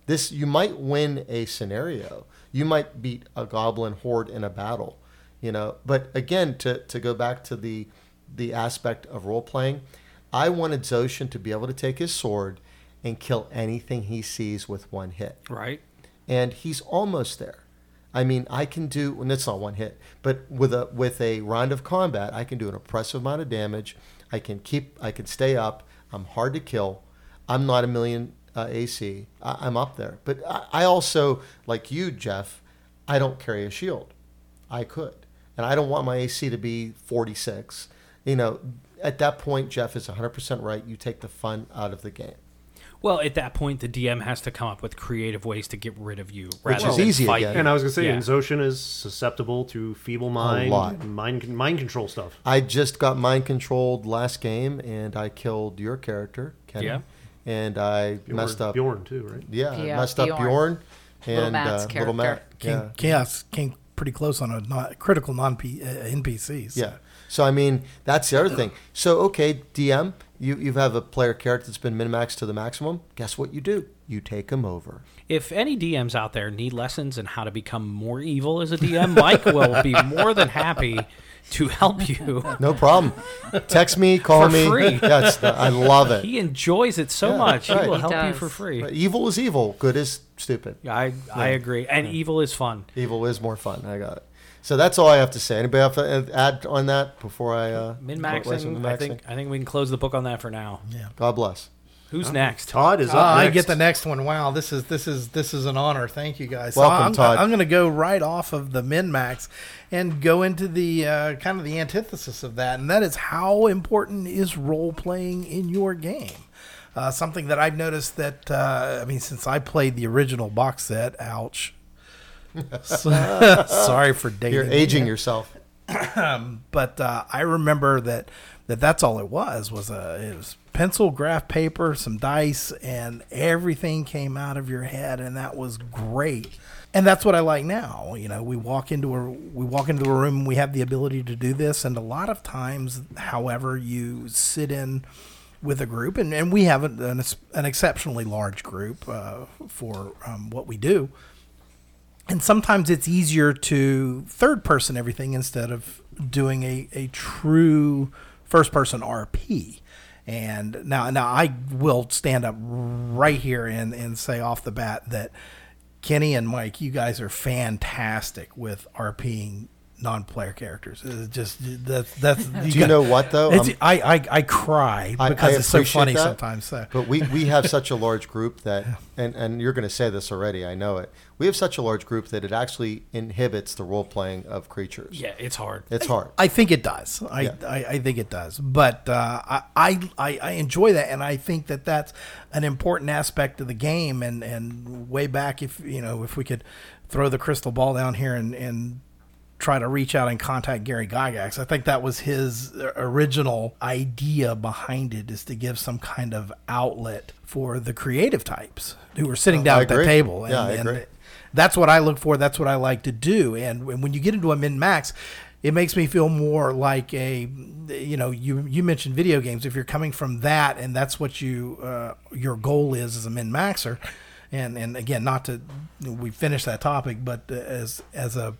Speaker 1: This you might win a scenario. You might beat a goblin horde in a battle, you know. But again, to, to go back to the the aspect of role playing, I wanted Zoshin to be able to take his sword and kill anything he sees with one hit
Speaker 4: Right.
Speaker 1: and he's almost there. I mean, I can do, and it's not one hit, but with a with a round of combat, I can do an oppressive amount of damage. I can keep, I can stay up. I'm hard to kill. I'm not a million uh, AC. I, I'm up there, but I, I also, like you, Jeff, I don't carry a shield. I could, and I don't want my AC to be 46. You know, at that point, Jeff is 100% right. You take the fun out of the game.
Speaker 4: Well, at that point, the DM has to come up with creative ways to get rid of you, rather
Speaker 1: is
Speaker 4: than
Speaker 1: easy
Speaker 4: fight
Speaker 1: again.
Speaker 4: you.
Speaker 2: And I was gonna say,
Speaker 4: Yeah.
Speaker 2: and Zoshin is susceptible to feeble mind,
Speaker 1: lot.
Speaker 2: mind mind control stuff.
Speaker 1: I just got mind controlled last game, and I killed your character, Kenny.
Speaker 4: Yeah.
Speaker 1: And I messed up.
Speaker 2: Bjorn too, right?
Speaker 1: Yeah,
Speaker 5: Yeah,
Speaker 1: messed up Bjorn
Speaker 5: Bjorn.
Speaker 1: and
Speaker 5: Little Matt's
Speaker 1: uh, little Matt.
Speaker 5: character.
Speaker 3: Came,
Speaker 1: Yeah.
Speaker 3: yeah. came pretty close on a non, critical non P, uh, NPCs.
Speaker 1: Yeah. So I mean, that's the other thing. So okay, DM, you you have a player character that's been min maxed to the maximum. Guess what you do? You take him over.
Speaker 4: If any DMs out there need lessons in how to become more evil as a DM, Mike will be more than happy to help you.
Speaker 1: No problem. Text me, call
Speaker 4: For
Speaker 1: me.
Speaker 4: free.
Speaker 1: That's the, I love it.
Speaker 4: He enjoys it so
Speaker 1: Yeah,
Speaker 4: much;
Speaker 1: right.
Speaker 4: he will
Speaker 1: He
Speaker 4: help you
Speaker 5: does.
Speaker 4: for free.
Speaker 1: But evil is evil. Good is stupid.
Speaker 4: I I agree, and evil is fun.
Speaker 1: Evil is more fun. I got it. So that's all I have to say. Anybody have to add on that before I uh,
Speaker 4: Min
Speaker 1: bless you,
Speaker 4: maxing. I
Speaker 1: min-maxing?
Speaker 4: think I think we can close the book on that for now.
Speaker 1: God bless. Oh,
Speaker 4: Who's next?
Speaker 2: Todd is
Speaker 3: Ah,
Speaker 2: up.
Speaker 3: I
Speaker 2: next.
Speaker 3: get the next one. Wow, this is this is this is an honor. Thank you guys. So
Speaker 1: Welcome,
Speaker 3: I'm,
Speaker 1: Todd.
Speaker 3: I'm going to go right off of the min max and go into the uh, kind of the antithesis of that, and that is how important is role playing in your game. Uh, something that I've noticed that uh, I mean, since I played the original box set, ouch. So- sorry for dating.
Speaker 1: You're
Speaker 3: me
Speaker 1: aging yourself.
Speaker 3: but uh, I remember that, that that's all it was was a it was pencil, graph, paper, some dice, and everything came out of your head, and that was great. And that's what I like now. You know, we walk into a we walk into a room, we have the ability to do this, and a lot of times, however, you sit in with a group, and, and we have an, an, ex- an exceptionally large group uh, for um, what we do and sometimes it's easier to third person everything instead of doing a, a true first person RP. And now now I will stand up right here and, and say off the bat that Kenny and Mike, you guys are fantastic with RPing non-player characters. It's just that's that's.
Speaker 1: Do you know what though?
Speaker 3: It's,
Speaker 1: I'm-
Speaker 3: I, I I cry
Speaker 1: I-
Speaker 3: because
Speaker 1: I
Speaker 3: it's so
Speaker 1: appreciate
Speaker 3: funny
Speaker 1: that,
Speaker 3: sometimes. So.
Speaker 1: But we, we have such a large group that, and, and you're going to say this already, I know it. We have such a large group that it actually inhibits the role playing of creatures.
Speaker 4: Yeah, it's hard.
Speaker 1: It's hard.
Speaker 3: I think it does. I,
Speaker 1: Yeah.
Speaker 3: I, I think it does. But uh, I, I I I enjoy that, and I think that that's an important aspect of the game. And, and way back, if you know, if we could throw the crystal ball down here and, and try to reach out and contact Gary Gygax, I think that was his original idea behind it is to give some kind of outlet for the creative types who were sitting down
Speaker 1: Oh, I
Speaker 3: at that
Speaker 1: agree.
Speaker 3: table.
Speaker 1: Yeah, I agree.
Speaker 3: That's what I look for. That's what I like to do. And when when you get into a min max, it makes me feel more like a, you know, you you mentioned video games. If you're coming from that, and that's what you uh, your goal is as a min maxer, and and again, not to we finish that topic, but as as a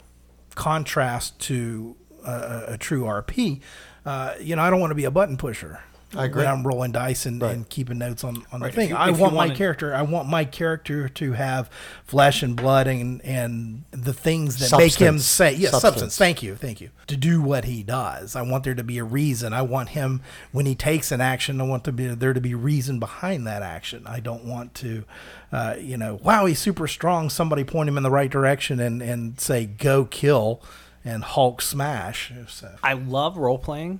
Speaker 3: contrast to a, a- a true RP, uh, you know, I don't want to be a button pusher.
Speaker 1: I agree.
Speaker 3: When I'm rolling dice and, and keeping notes on, on the
Speaker 4: Right, if
Speaker 3: thing.
Speaker 4: you-
Speaker 3: I
Speaker 4: if you
Speaker 3: want my
Speaker 4: wanna-
Speaker 3: character character. I want my character to have flesh and blood and and the things that make him
Speaker 1: Substance.
Speaker 3: say yes, substance.
Speaker 1: Substance.
Speaker 3: Thank you, thank you. To do what he does, I want there to be a reason. I want him when he takes an action. I want to be there to be reason behind that action. I don't want to, uh, you know, wow, he's super strong. Somebody point him in the right direction and and say go kill and Hulk smash. So.
Speaker 4: I love role playing.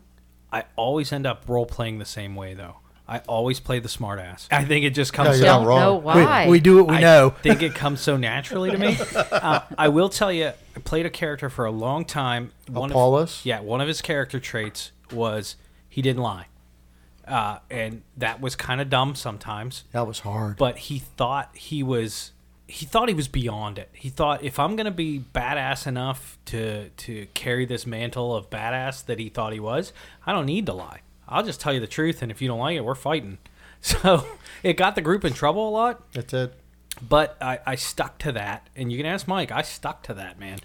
Speaker 4: I always end up role playing the same way though. I always play the smartass. I think it just comes.
Speaker 1: you're
Speaker 4: so-
Speaker 1: not
Speaker 5: Don't
Speaker 1: wrong.
Speaker 5: know
Speaker 1: We-
Speaker 5: why.
Speaker 3: We, we do what we
Speaker 4: I
Speaker 3: know.
Speaker 4: think it comes so naturally to me. Uh, I will tell you, I played a character for a long time. One
Speaker 1: Apollos?
Speaker 4: Of, yeah, one of his character traits was he didn't lie, uh, and that was kind of dumb sometimes.
Speaker 1: That was hard.
Speaker 4: But he thought he was he thought he was beyond it. He thought if I'm gonna be badass enough to to carry this mantle of badass that he thought he was, I don't need to lie. I'll just tell you the truth, and if you don't like it, we're fighting. So it got the group in trouble a lot
Speaker 1: It did.
Speaker 4: but I, I stuck to that. And you can ask Mike, I stuck to that, man.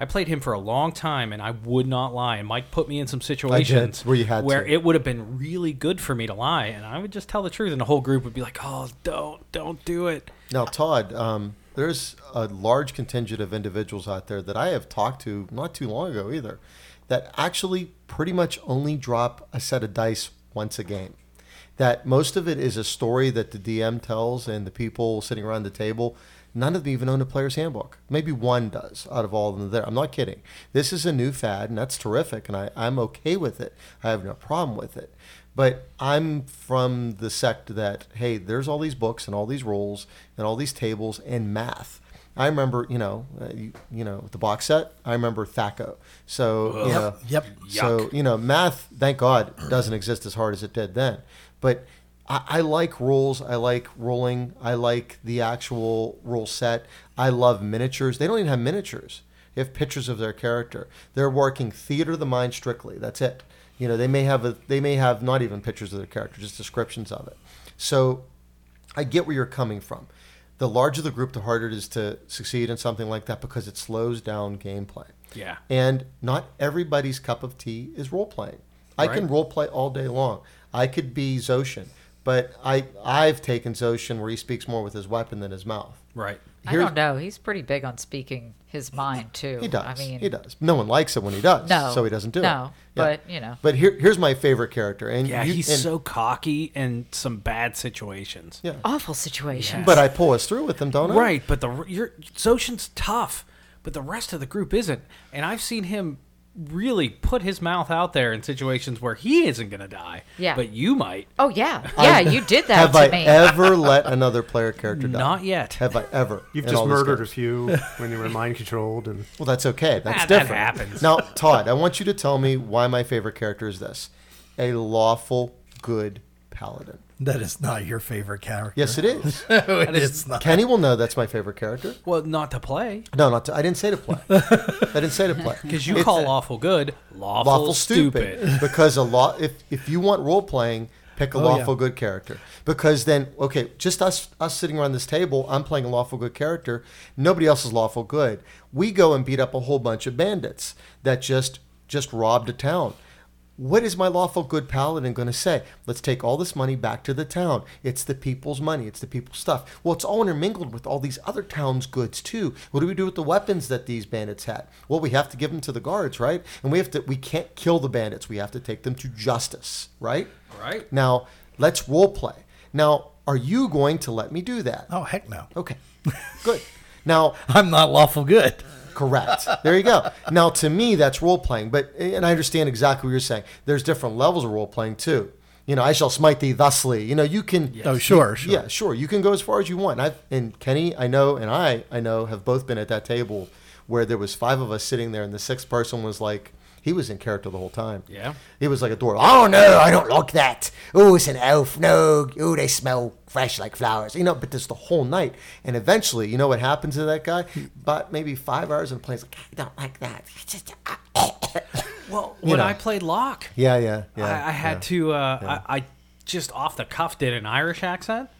Speaker 4: I played him for a long time and I would not lie. And Mike put me in some situations
Speaker 1: where you had
Speaker 4: where
Speaker 1: to.
Speaker 4: it would have been really good for me to lie. And I would just tell the truth. And the whole group would be like, oh, don't, don't do it.
Speaker 1: Now, Todd, um, there's a large contingent of individuals out there that I have talked to not too long ago either that actually pretty much only drop a set of dice once a game. That most of it is a story that the DM tells and the people sitting around the table. None of them even own a player's handbook. Maybe one does out of all of them there. I'm not kidding. This is a new fad, and that's terrific, and I, I'm okay with it. I have no problem with it. But I'm from the sect that, hey, there's all these books and all these rules and all these tables and math. I remember, you know, uh, you, you know, the box set. I remember Thaco. So, you know,
Speaker 3: Yep.
Speaker 1: So, you know, math, thank God, doesn't exist as hard as it did then. But I, I like rules. I like rolling. I like the actual rule set. I love miniatures. They don't even have miniatures. They have pictures of their character. They're working theater of the mind strictly. That's it. You know, they may have a, they may have not even pictures of their character, just descriptions of it. So I get where you're coming from. The larger the group, the harder it is to succeed in something like that because it slows down gameplay.
Speaker 4: Yeah.
Speaker 1: And not everybody's cup of tea is role playing. I can
Speaker 4: Right.
Speaker 1: role play all day long. I could be Zoshin, but I I've taken Zoshin where he speaks more with his weapon than his mouth.
Speaker 4: Right.
Speaker 5: I don't know. He's pretty big on speaking his mind too.
Speaker 1: He does.
Speaker 5: I mean,
Speaker 1: he does. No one likes it when he does.
Speaker 5: No,
Speaker 1: so he doesn't do it.
Speaker 5: no, but, you know.
Speaker 1: But here, here's my favorite character, and
Speaker 4: Yeah,
Speaker 1: you-
Speaker 4: he's
Speaker 1: and-
Speaker 4: so cocky in some bad situations.
Speaker 1: Yeah.
Speaker 5: awful situation.
Speaker 1: But I pull us through with him, don't I?
Speaker 4: Right, but the your Zoshin's tough, but the rest of the group isn't. And I've seen him really put his mouth out there in situations where he isn't going to die.
Speaker 5: Yeah.
Speaker 4: But you might.
Speaker 5: oh yeah, yeah, you did that
Speaker 1: Have
Speaker 5: to
Speaker 1: I
Speaker 5: me.
Speaker 1: ever let another player character die?
Speaker 4: Not yet.
Speaker 1: Have I ever?
Speaker 2: You've
Speaker 1: in
Speaker 2: just
Speaker 1: all these
Speaker 2: murdered a
Speaker 1: games?
Speaker 2: few when you were mind controlled, and
Speaker 1: Well, that's okay. That's
Speaker 4: Ah, that
Speaker 1: different.
Speaker 4: happens.
Speaker 1: Now, Todd, I want you to tell me why my favorite character is this: a lawful good paladin.
Speaker 3: That is not your favorite character.
Speaker 1: Yes, it is.
Speaker 3: it's not.
Speaker 1: Kenny will know that's my favorite character.
Speaker 4: Well, not to play.
Speaker 1: No, not to, I didn't say to play. I didn't say to play
Speaker 4: Because you
Speaker 1: It's
Speaker 4: call lawful good lawful,
Speaker 1: lawful
Speaker 4: stupid.
Speaker 1: stupid. because a law, if if you want role playing, pick a lawful
Speaker 3: yeah.
Speaker 1: good character. Because then, okay, just us us sitting around this table, I'm playing a lawful good character. Nobody else is lawful good. We go and beat up a whole bunch of bandits that just just robbed a town. What is my lawful good paladin going to say? Let's take all this money back to the town. It's the people's money. It's the people's stuff. Well, it's all intermingled with all these other towns' goods too. What do we do with the weapons that these bandits had? Well, we have to give them to the guards, right? And we have to. We can't kill the bandits. We have to take them to justice, right?
Speaker 4: Right.
Speaker 1: Now, let's role play. Now, are you going to let me do that?
Speaker 3: Oh heck no!
Speaker 1: Okay, good. Now,
Speaker 3: I'm not lawful good.
Speaker 1: Correct. There you go. Now, to me, that's role playing, but and I understand exactly what you're saying. There's different levels of role playing too. You know, I shall smite thee thusly. You know, you can.
Speaker 3: Oh sure, sure.
Speaker 1: Yeah, sure. You can go as far as you want. And I've and Kenny, I know, and I, I know, have both been at that table where there was five of us sitting there, and the sixth person was like, he was in character the whole time.
Speaker 4: Yeah.
Speaker 1: He was like a dwarf. Oh no, I don't like that. Oh, it's an elf. No, oh, they smell fresh like flowers. You know, but this the whole night, and eventually, you know what happens to that guy? But maybe five hours in plays like I don't like that. It's just-
Speaker 4: Well, when
Speaker 1: know.
Speaker 4: I played lock,
Speaker 1: yeah, yeah, yeah.
Speaker 4: I, I had to. Uh, I, I just off the cuff did an Irish accent,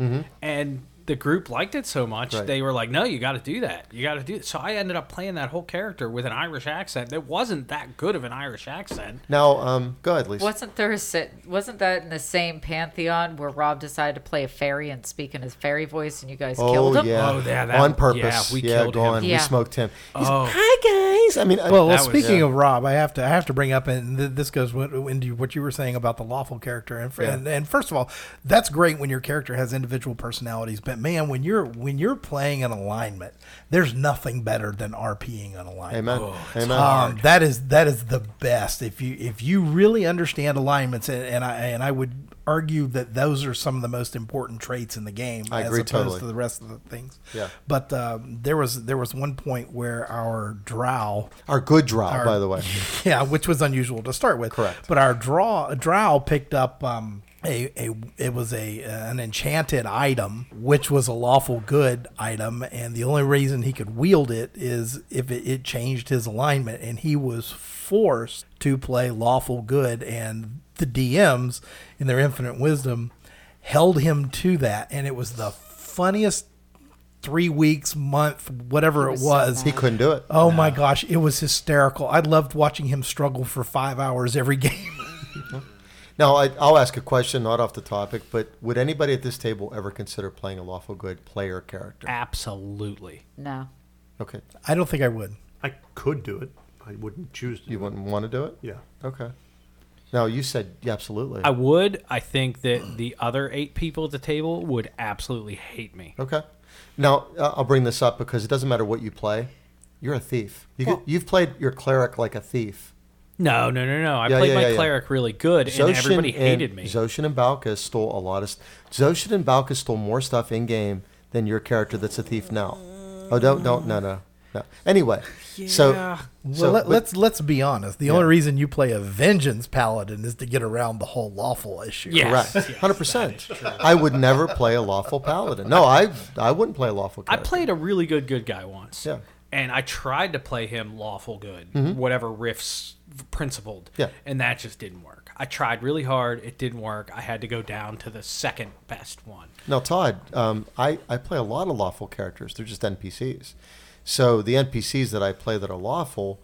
Speaker 4: and the group liked it so much
Speaker 1: Mm-hmm. Right.
Speaker 4: they were like, "No, you got to do that. You got to do it." So I ended up playing that whole character with an Irish accent that wasn't that good of an Irish accent.
Speaker 1: Now, um, go ahead, Lisa.
Speaker 5: Wasn't there a sit? Wasn't that in the same pantheon where Rob decided to play a fairy and speak in his fairy voice, and you guys killed
Speaker 1: Oh
Speaker 5: him?
Speaker 1: yeah,
Speaker 4: Oh, yeah, that-
Speaker 1: on purpose.
Speaker 4: yeah,
Speaker 1: Yeah,
Speaker 4: we
Speaker 1: we
Speaker 4: killed
Speaker 1: gone.
Speaker 4: him.
Speaker 1: We
Speaker 5: Yeah.
Speaker 1: smoked him. He's,
Speaker 4: Oh.
Speaker 1: Hi guys. I mean, uh, I-
Speaker 3: Well, well
Speaker 4: That was-
Speaker 3: speaking
Speaker 1: yeah.
Speaker 3: of Rob, I have to I have to bring up, and th- this goes w- into what you were saying about the lawful character, and, fr-
Speaker 1: Yeah.
Speaker 3: and and first of all, that's great when your character has individual personalities, but man, when you're when you're playing an alignment, there's nothing better than RPing an alignment.
Speaker 4: Oh,
Speaker 1: amen, amen.
Speaker 3: Um, that is that is the best. If you if you really understand alignments, and, and I and I would argue that those are some of the most important traits in the game,
Speaker 1: I
Speaker 3: as
Speaker 1: agree
Speaker 3: opposed
Speaker 1: totally.
Speaker 3: to the rest of the things.
Speaker 1: Yeah.
Speaker 3: But um, there was there was one point where our drow,
Speaker 1: Our good draw, by the way.
Speaker 3: yeah, which was unusual to start with,
Speaker 1: Correct.
Speaker 3: But our draw drow picked up. Um, a, a, it was a an enchanted item, which was a lawful good item, and the only reason he could wield it is if it, it changed his alignment, and he was forced to play lawful good. And the DMs, in their infinite wisdom, held him to that, and it was the funniest three weeks, month, whatever it
Speaker 5: was so
Speaker 3: was.
Speaker 1: He couldn't do it.
Speaker 3: Oh my gosh, it was hysterical. I loved watching him struggle for five hours every game.
Speaker 1: Now, I, I'll ask a question, not off the topic, but would anybody at this table ever consider playing a lawful good player character?
Speaker 4: Absolutely.
Speaker 5: No.
Speaker 1: Okay,
Speaker 3: I don't think I would.
Speaker 2: I could do it. I wouldn't choose to.
Speaker 1: you wouldn't want to do it.
Speaker 2: yeah.
Speaker 1: Okay. Now you said yeah, absolutely.
Speaker 4: I would. I think that the other eight people at the table would absolutely hate me.
Speaker 1: okay. Now uh, I'll bring this up because it doesn't matter what you play. You're a thief. You could, you've played your cleric like a thief.
Speaker 4: No, no, no, no. I
Speaker 1: Yeah,
Speaker 4: played
Speaker 1: yeah,
Speaker 4: my
Speaker 1: yeah, yeah.
Speaker 4: cleric really good, and everybody hated me.
Speaker 1: Zoshin and Balka stole a lot of. St- Zoshin and Balka stole more stuff in game than your character that's a thief now. Oh, don't, don't, no, no, no. Anyway, so,
Speaker 4: Yeah.
Speaker 3: Well,
Speaker 1: so
Speaker 3: let,
Speaker 1: but-
Speaker 3: let's let's be honest. The only reason you play a vengeance paladin is to get around the whole lawful issue.
Speaker 4: Yeah.
Speaker 1: correct,
Speaker 4: Yes, yes,
Speaker 1: hundred percent. I would never play a lawful paladin. No, I, I wouldn't play a lawful.
Speaker 4: I
Speaker 1: Character.
Speaker 4: played a really good good guy once.
Speaker 1: Yeah. Mm-hmm.
Speaker 4: And I tried to play him lawful good, whatever riffs principled.
Speaker 1: Yeah.
Speaker 4: And that just didn't work. I tried really hard. It didn't work. I had to go down to the second best one.
Speaker 1: Now, Todd, um, I, I play a lot of lawful characters. They're just NPCs. So the NPCs that I play that are lawful,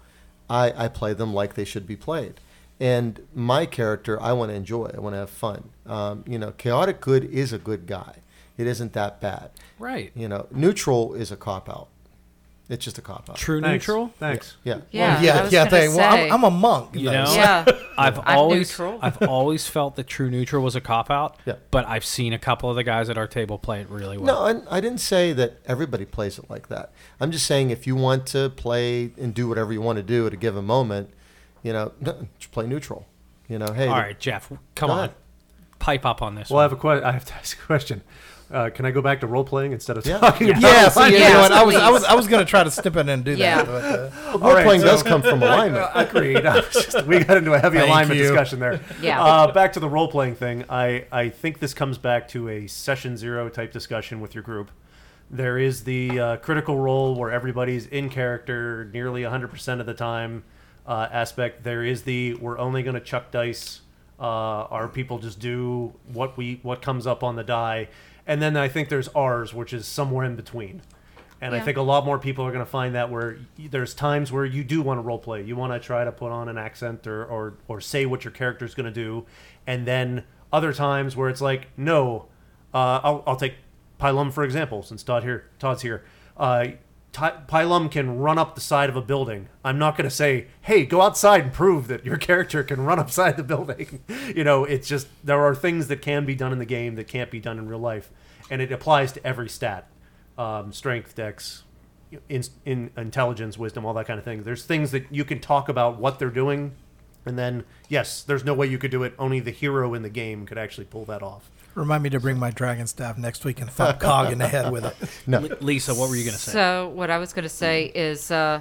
Speaker 1: I, I play them like they should be played. And my character, I want to enjoy. I want to have fun. Um, you know, chaotic good is a good guy. It isn't that bad.
Speaker 4: Right.
Speaker 1: You know, neutral is a cop out. It's just a cop out.
Speaker 4: True
Speaker 2: Thanks.
Speaker 4: neutral.
Speaker 2: Thanks.
Speaker 1: Yeah.
Speaker 5: Yeah. I
Speaker 3: yeah,
Speaker 5: was
Speaker 3: yeah.
Speaker 5: gonna
Speaker 3: thank- Well,
Speaker 5: say.
Speaker 3: I'm, I'm a monk.
Speaker 4: You
Speaker 3: though,
Speaker 4: know?
Speaker 3: so-
Speaker 5: Yeah.
Speaker 4: I've
Speaker 5: I'm
Speaker 4: always
Speaker 5: neutral.
Speaker 4: I've always felt that true neutral was a cop out.
Speaker 1: Yeah.
Speaker 4: But I've seen a couple of the guys at our table play it really well.
Speaker 1: No, I, I didn't say that everybody plays it like that. I'm just saying if you want to play and do whatever you want to do at a given moment, you know, just play neutral. You know, hey,
Speaker 4: All right, Jeff, come
Speaker 1: Go
Speaker 4: on.
Speaker 1: ahead.
Speaker 4: Pipe up on this
Speaker 2: Well, I
Speaker 4: one.
Speaker 2: have a que- I have to ask a question. Uh, can I go back to role playing instead of
Speaker 1: Yeah.
Speaker 2: talking about
Speaker 3: Yeah, see, you
Speaker 5: Yeah,
Speaker 3: know what? I was, I
Speaker 5: please.
Speaker 3: was, I was going to try to step in and do
Speaker 5: Yeah.
Speaker 3: that. But, uh,
Speaker 1: role
Speaker 2: right,
Speaker 1: playing
Speaker 2: so-
Speaker 1: does come from alignment.
Speaker 2: I Agreed. I was just- we got into a heavy
Speaker 3: Thank
Speaker 2: alignment
Speaker 3: you.
Speaker 2: discussion there.
Speaker 5: Yeah.
Speaker 2: Uh, back to the role playing thing. I, I think this comes back to a session zero type discussion with your group. There is the uh, critical role where everybody's in character nearly 100% of the time uh, aspect. There is the we're only going to chuck dice. Uh, our people just do what we what comes up on the die, and then I think there's ours, which is somewhere in between And I
Speaker 5: Yeah.
Speaker 2: think a lot more people are going to find that where y- there's times where you do want to role play. You want to try to put on an accent or, or, or say what your character's going to do. And then other times where it's like, no, uh, I'll, I'll take Pylum for example, since Todd here, Todd's here. Uh, Ty- Pylum can run up the side of a building. I'm not going to say, hey, go outside and prove that your character can run upside the building. you know, it's just there are things that can be done in the game that can't be done in real life. And it applies to every stat um, strength, dex, in, in intelligence, wisdom, all that kind of thing. There's things that you can talk about what they're doing. And then, yes, there's no way you could do it. Only the hero in the game could actually pull that off.
Speaker 3: Remind me to bring my dragon staff next week and thump Cog in the head with it.
Speaker 4: L- Lisa, what were you going to say?
Speaker 5: So what I was going to say
Speaker 1: Mm-hmm.
Speaker 5: is, uh,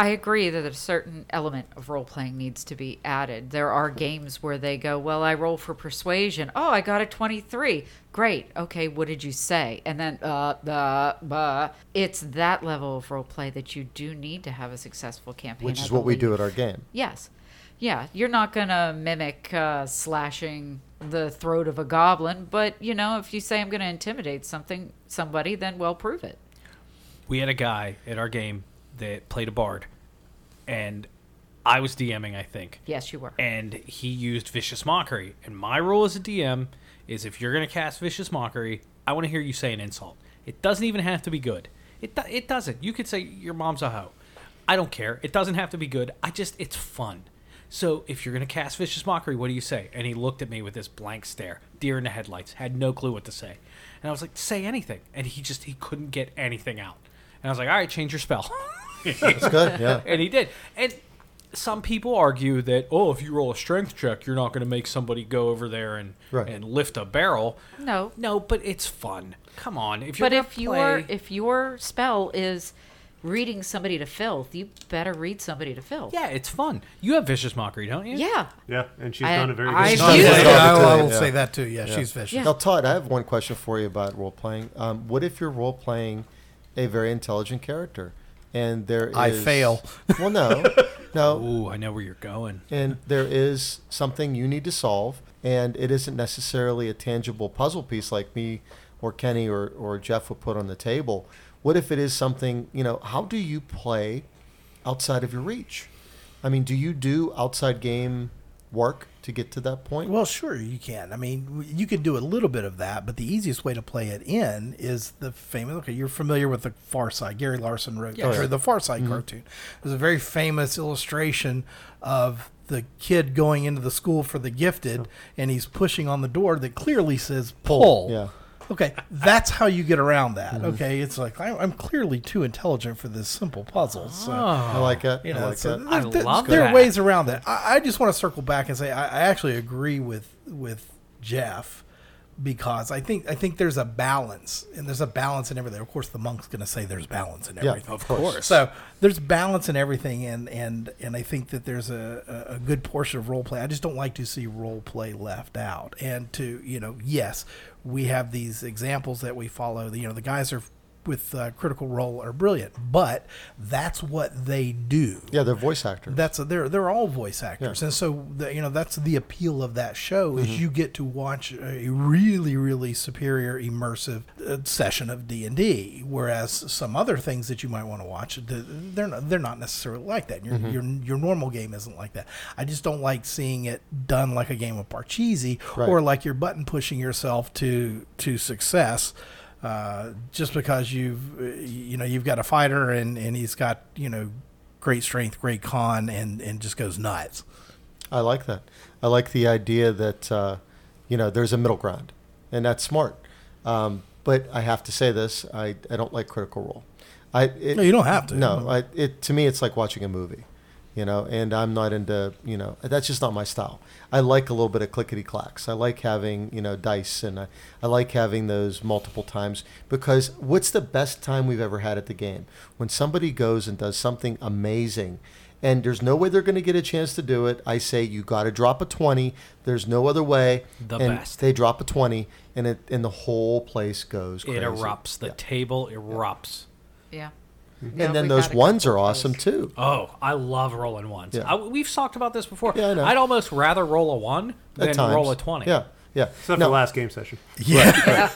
Speaker 5: I agree that a certain element of role playing needs to be added. There are games where they go, "Well, I roll for persuasion. Oh, I got a twenty-three. Great. Okay, what did you say?" And then, uh, uh, uh, it's that level of role play that you do need to have a successful campaign,
Speaker 1: which
Speaker 5: I
Speaker 1: is what we
Speaker 5: believe.
Speaker 1: do at our game.
Speaker 5: Yes. Yeah, you're not going to mimic uh, slashing the throat of a goblin, but you know, if you say I'm going to intimidate something somebody, then well prove it.
Speaker 4: we had a guy at our game that played a bard, and I was DMing, I think.
Speaker 5: Yes, you were.
Speaker 4: And he used vicious mockery. And my rule as a DM is if you're going to cast vicious mockery, I want to hear you say an insult. It doesn't even have to be good. It do- it doesn't. You could say your mom's a hoe. I don't care. It doesn't have to be good. I just it's fun. So if you're going to cast vicious mockery, what do you say? And he looked at me with this blank stare, deer in the headlights, had no clue what to say. And I was like, say anything. And he just he couldn't get anything out. And I was like, all right, change your spell.
Speaker 1: It's good, yeah.
Speaker 4: and he did. And some people argue that oh, if you roll a strength check, you're not going to make somebody go over there and
Speaker 1: Right.
Speaker 4: and lift a barrel.
Speaker 5: No.
Speaker 4: no, but it's fun. Come on, if you're
Speaker 5: But
Speaker 4: gonna
Speaker 5: if your
Speaker 4: play-
Speaker 5: if your spell is reading somebody to filth, you better read somebody to filth.
Speaker 4: yeah, it's fun. You have vicious mockery, don't you?
Speaker 5: Yeah.
Speaker 2: Yeah, and she's
Speaker 5: I-
Speaker 2: done a very
Speaker 5: I-
Speaker 2: good
Speaker 5: She's
Speaker 2: job.
Speaker 5: done a
Speaker 3: Yeah,
Speaker 5: Yeah.
Speaker 3: I, will- I will
Speaker 1: Yeah.
Speaker 3: say that too. Yeah, she's vicious.
Speaker 5: Yeah.
Speaker 1: Now, Todd, I have one question for you about role playing. Um, what if you're role playing a very intelligent character, and there is
Speaker 3: I fail.
Speaker 1: Well, no, no,
Speaker 4: Ooh, I know where you're going.
Speaker 1: and there is something you need to solve, and it isn't necessarily a tangible puzzle piece like me or Kenny or, or Jeff would put on the table. What if it is something, you know, how do you play outside of your reach? I mean, do you do outside game work to get to that point?
Speaker 3: Well, sure you can. I mean, w- you can do a little bit of that, but the easiest way to play it in is the famous. Okay, you're familiar with the Far Side. Gary Larson wrote
Speaker 4: Yes.
Speaker 3: or the Far Side cartoon. There's a very famous illustration of the kid going into the school for the gifted, and he's pushing on the door that clearly says pull.
Speaker 1: Yeah.
Speaker 3: Okay, that's how you get around that. Okay, it's like I, I'm clearly too intelligent for this simple puzzle. So.
Speaker 1: I like it.
Speaker 3: You
Speaker 1: I
Speaker 3: know,
Speaker 1: like
Speaker 3: so
Speaker 1: it.
Speaker 3: there,
Speaker 4: I
Speaker 3: there-
Speaker 4: love
Speaker 3: there
Speaker 4: that.
Speaker 3: are ways around that. I, I just want to circle back and say I, I actually agree with with Jeff because I think I think there's a balance and there's a balance in everything. Of course, the monk's going to say there's balance in everything.
Speaker 1: of
Speaker 4: course.
Speaker 3: So there's balance in everything, and and and I think that there's a, a a good portion of role play. I just don't like to see role play left out. And to you know, yes, we have these examples that we follow. You know, the guys are with uh, Critical Role are brilliant, but that's what they do.
Speaker 1: Yeah, they're voice actors.
Speaker 3: That's a, they're they're all voice actors, and so the, you know that's the appeal of that show
Speaker 1: Mm-hmm.
Speaker 3: is you get to watch a really really superior immersive uh, session of D and D, whereas some other things that you might want to watch th- they're not, they're not necessarily like that. Your,
Speaker 1: Mm-hmm.
Speaker 3: your your normal game isn't like that. I just don't like seeing it done like a game of Parcheesi
Speaker 1: Right.
Speaker 3: or like you're button pushing yourself to to success uh, just because you've uh, you know you've got a fighter and and he's got you know great strength great con and and just goes nuts
Speaker 1: I like that. I like the idea that uh, you know there's a middle ground, and that's smart. Um, but I have to say this: I, I don't like Critical Role. I it,
Speaker 3: No, you don't have to.
Speaker 1: No, I, it to me it's like watching a movie, you know. And I'm not into you know that's just not my style. I like a little bit of clickety clacks. I like having you know dice, and I, I like having those multiple times because what's the best time we've ever had at the game when somebody goes and does something amazing and there's no way they're going to get a chance to do it. I say you got to drop a 20. There's no other way.
Speaker 4: The
Speaker 1: and
Speaker 4: best.
Speaker 1: They drop a 20 and it and the whole place goes crazy.
Speaker 4: It erupts. The table erupts.
Speaker 5: Yeah.
Speaker 1: And then those ones are awesome too.
Speaker 4: Oh, I love rolling ones.
Speaker 1: Yeah.
Speaker 4: I, we've talked about this before.
Speaker 1: Yeah, I know.
Speaker 4: would almost rather roll a one
Speaker 1: At
Speaker 4: than
Speaker 1: times.
Speaker 4: roll a twenty.
Speaker 1: Yeah. Yeah.
Speaker 2: Except for
Speaker 1: No,
Speaker 2: the last game session.
Speaker 5: yeah.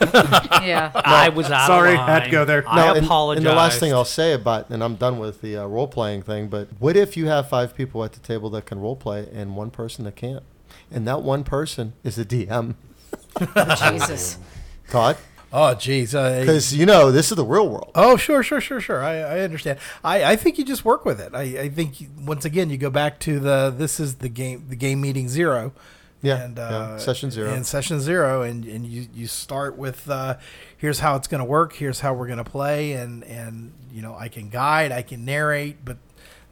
Speaker 4: I was out.
Speaker 2: sorry,
Speaker 4: of line.
Speaker 2: had to go there.
Speaker 1: No,
Speaker 4: I
Speaker 1: and-
Speaker 4: apologize.
Speaker 1: And the last thing I'll say about, and I'm done with the uh, role playing thing, but what if you have five people at the table that can role play and one person that can't? And that one person is the DM, Oh,
Speaker 5: Jesus.
Speaker 1: Todd,
Speaker 3: Oh, geez. Uh,
Speaker 1: because you know this is the real world.
Speaker 3: oh, sure, sure, sure, sure. I, I understand. I, I think you just work with it. I, I think you, once again you go back to the this is the game the game meeting zero. uh,
Speaker 1: Yeah, yeah, session zero.
Speaker 3: and session zero, and, and you, you start with uh, here's how it's going to work, here's how we're going to play, and and you know I can guide, I can narrate, but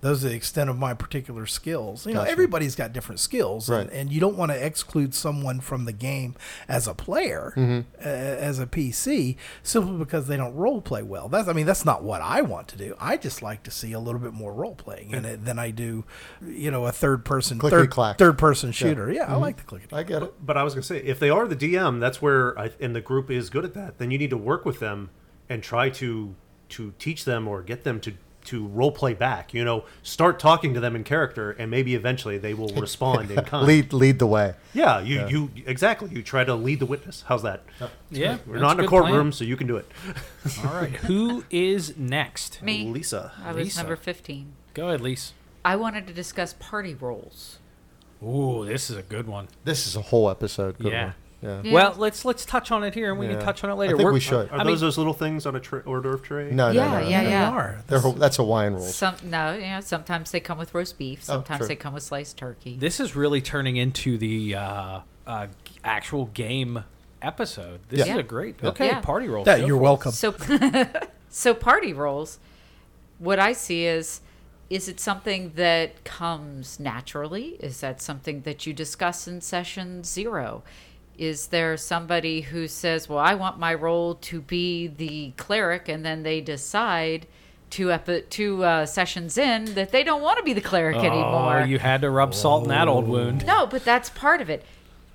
Speaker 3: those are the extent of my particular skills. You know,
Speaker 1: Gotcha.
Speaker 3: everybody's got different skills, and,
Speaker 1: Right.
Speaker 3: and you don't want to exclude someone from the game as a player,
Speaker 1: Mm-hmm.
Speaker 3: a- as a PC, simply because they don't role play well. That's I mean that's not what I want to do. I just like to see a little bit more role playing in it than I do, you know, a third person third,
Speaker 1: Clickety-clack.
Speaker 3: third person shooter. Yeah, I
Speaker 1: Mm-hmm.
Speaker 3: like the clickety.
Speaker 1: I get it.
Speaker 2: But I was going to say, if they are the DM, that's where, I, and the group is good at that, then you need to work with them and try to to teach them or get them to to role play back. You know, start talking to them in character, and maybe eventually they will respond in kind.
Speaker 1: Lead lead the way.
Speaker 2: Yeah, you you exactly. You try to lead the witness. How's that?
Speaker 4: Yeah,
Speaker 2: We're
Speaker 4: that's
Speaker 2: not in
Speaker 4: good plan.
Speaker 2: a courtroom, so you can do it.
Speaker 4: All right, who is next?
Speaker 5: Me.
Speaker 2: Lisa.
Speaker 5: I was
Speaker 4: Lisa.
Speaker 5: number 15.
Speaker 4: Go ahead, Lise.
Speaker 5: I wanted to discuss party roles.
Speaker 4: Ooh, this is a good one.
Speaker 1: This is a whole episode. Good
Speaker 4: Yeah.
Speaker 1: One. Yeah.
Speaker 5: Yeah.
Speaker 4: Well, let's let's touch on it here, and we can
Speaker 1: Yeah.
Speaker 4: touch on it
Speaker 1: I
Speaker 4: later.
Speaker 1: think
Speaker 4: We're-
Speaker 1: we should.
Speaker 2: Are
Speaker 4: I
Speaker 2: those
Speaker 4: mean-
Speaker 2: those little things on a tra- hors d'oeuvre tray?
Speaker 1: No, no,
Speaker 5: yeah,
Speaker 1: no, no.
Speaker 5: yeah,
Speaker 1: no.
Speaker 5: yeah.
Speaker 3: are.
Speaker 1: They're, ho- that's Hawaiian rules.
Speaker 5: Some no, you know, sometimes they come with roast beef,
Speaker 1: Oh,
Speaker 5: sometimes
Speaker 1: true.
Speaker 5: they come with sliced turkey.
Speaker 4: This is really turning into the uh, uh, g- actual game episode. This
Speaker 1: Yeah.
Speaker 4: is a great okay
Speaker 5: Yeah.
Speaker 4: party roll.
Speaker 3: Yeah,
Speaker 4: Go
Speaker 3: you're
Speaker 4: for it.
Speaker 3: welcome.
Speaker 5: So, so party roles. What I see is, is it something that comes naturally? Is that something that you discuss in session zero? Is there somebody who says, "Well, I want my role to be the cleric," and then they decide two epi- two uh, sessions in that they don't want to be the cleric anymore?
Speaker 4: Oh, you had to rub salt in that old wound.
Speaker 1: Oh.
Speaker 5: No, but that's part of it.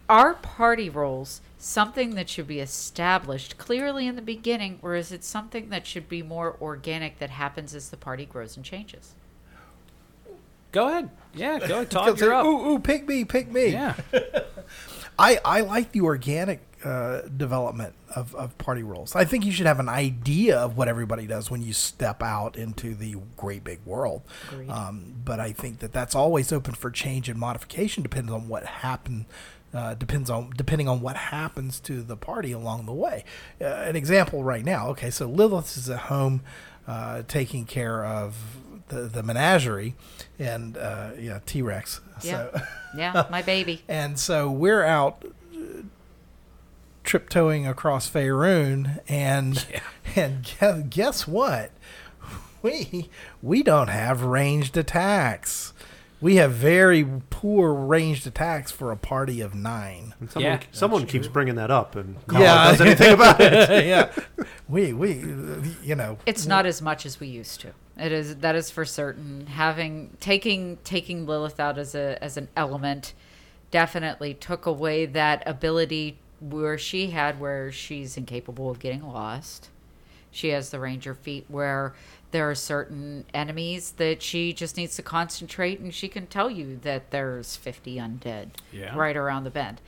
Speaker 5: Are party roles something that should be established clearly in the beginning, or is it something that should be more organic that happens as the party grows and changes?
Speaker 4: Go ahead. Yeah, go ahead. Todd, you're up.
Speaker 3: Ooh, ooh, pick me, pick me.
Speaker 4: Yeah.
Speaker 3: I, I like the organic uh, development of, of party roles. I think you should have an idea of what everybody does when you step out into the great big world. Um, but I think that that's always open for change and modification, depends on what happened. Uh, depends on depending on what happens to the party along the way. Uh, an example right now. Okay, so Lilith is at home uh, taking care of the, the menagerie and uh, yeah T Rex.
Speaker 5: Yeah.
Speaker 3: So,
Speaker 5: Yeah, my baby.
Speaker 3: and so we're out uh, tiptoeing across Faerun, and and guess, guess what? We we don't have ranged attacks. We have very poor ranged attacks for a party of nine.
Speaker 2: And Someone,
Speaker 4: Yeah.
Speaker 2: someone keeps bringing that up, and no
Speaker 3: Yeah.
Speaker 2: one does anything about it.
Speaker 3: yeah, we we you know
Speaker 5: It's not as much as we used to. It is that is for certain. Having taking taking Lilith out as a as an element definitely took away that ability where she had where she's incapable of getting lost. She has the ranger feat where there are certain enemies that she just needs to concentrate and she can tell you that there's 50 undead
Speaker 4: Yeah.
Speaker 5: right around the bend.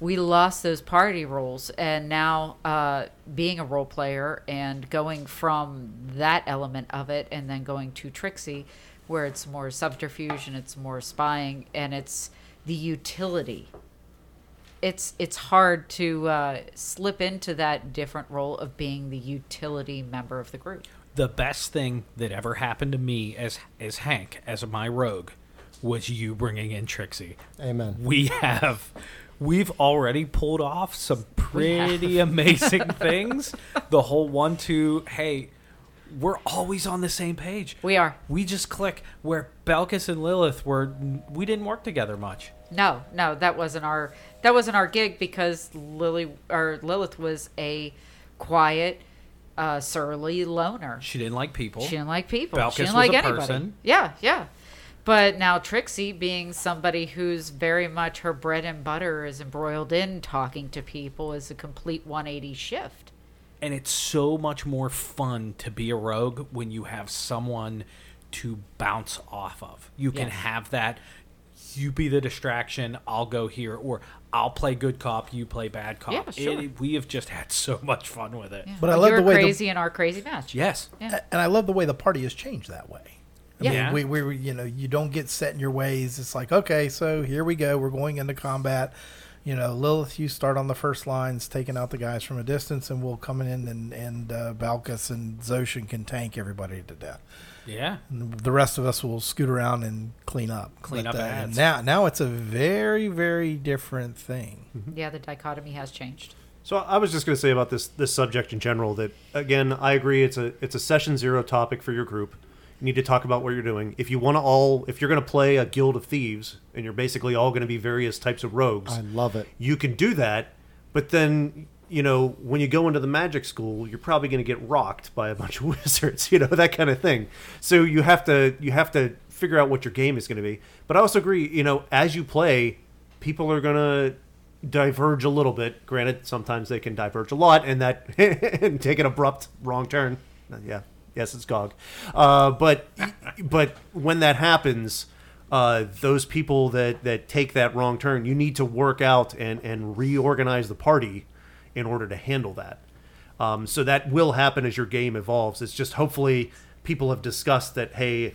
Speaker 5: We lost those party roles and now uh, being a role player and going from that element of it and then going to Trixie where it's more subterfuge and it's more spying and it's the utility it's it's hard to uh, slip into that different role of being the utility member of the group.
Speaker 4: the best thing that ever happened to me as as Hank, as my rogue, was you bringing in Trixie.
Speaker 1: Amen.
Speaker 4: We have we've already pulled off some pretty amazing things. The whole one two, hey, we're always on the same page.
Speaker 5: We are.
Speaker 4: We just click where Belkis and Lilith were we didn't work together much.
Speaker 5: No, no, that wasn't our that wasn't our gig because Lily or Lilith was a quiet, uh, surly loner.
Speaker 4: She didn't like people.
Speaker 5: She didn't like people.
Speaker 4: Balkis
Speaker 5: she didn't
Speaker 4: was
Speaker 5: like
Speaker 4: a
Speaker 5: anybody.
Speaker 4: person.
Speaker 5: Yeah, yeah. But now Trixie, being somebody who's very much her bread and butter is embroiled in talking to people, is a complete 180 shift.
Speaker 4: and it's so much more fun to be a rogue when you have someone to bounce off of. You can
Speaker 5: Yes.
Speaker 4: have that you be the distraction, I'll go here, or I'll play good cop, you play bad cop.
Speaker 5: Yeah, sure.
Speaker 4: It- we have just had so much fun with it.
Speaker 3: But I love
Speaker 5: Your
Speaker 3: the way the-
Speaker 5: crazy and our crazy match.
Speaker 4: Yes.
Speaker 5: Yeah.
Speaker 3: And I love the way the party has changed that way. I
Speaker 5: Yeah.
Speaker 3: mean, we, we, you know, you don't get set in your ways. It's like, okay, so here we go. We're going into combat. You know, Lilith, you start on the first lines, taking out the guys from a distance, and we'll come in and and uh, Balkus and Zoshin can tank everybody to death.
Speaker 4: Yeah.
Speaker 3: And the rest of us will scoot around and clean up. uh,
Speaker 4: Clean up ads.
Speaker 3: now, now it's a very, very different thing.
Speaker 5: Yeah, the dichotomy has changed.
Speaker 2: So I was just going to say about this this subject in general that again I agree it's a it's a session zero topic for your group. You need to talk about what you're doing. If you want to all if you're going to play a guild of thieves and you're basically all going to be various types of rogues,
Speaker 1: I love it.
Speaker 2: you can do that. But then you know when you go into the magic school, you're probably going to get rocked by a bunch of wizards, you know that kind of thing. So you have to you have to figure out what your game is going to be. But I also agree, you know, as you play, people are going to diverge a little bit. Granted, sometimes they can diverge a lot, and that and take an abrupt wrong turn. Uh, Yeah, yes, it's Gog. Uh, but but when that happens, uh, those people that that take that wrong turn, you need to work out and and reorganize the party in order to handle that. Um, so that will happen as your game evolves. It's just hopefully people have discussed that. Hey,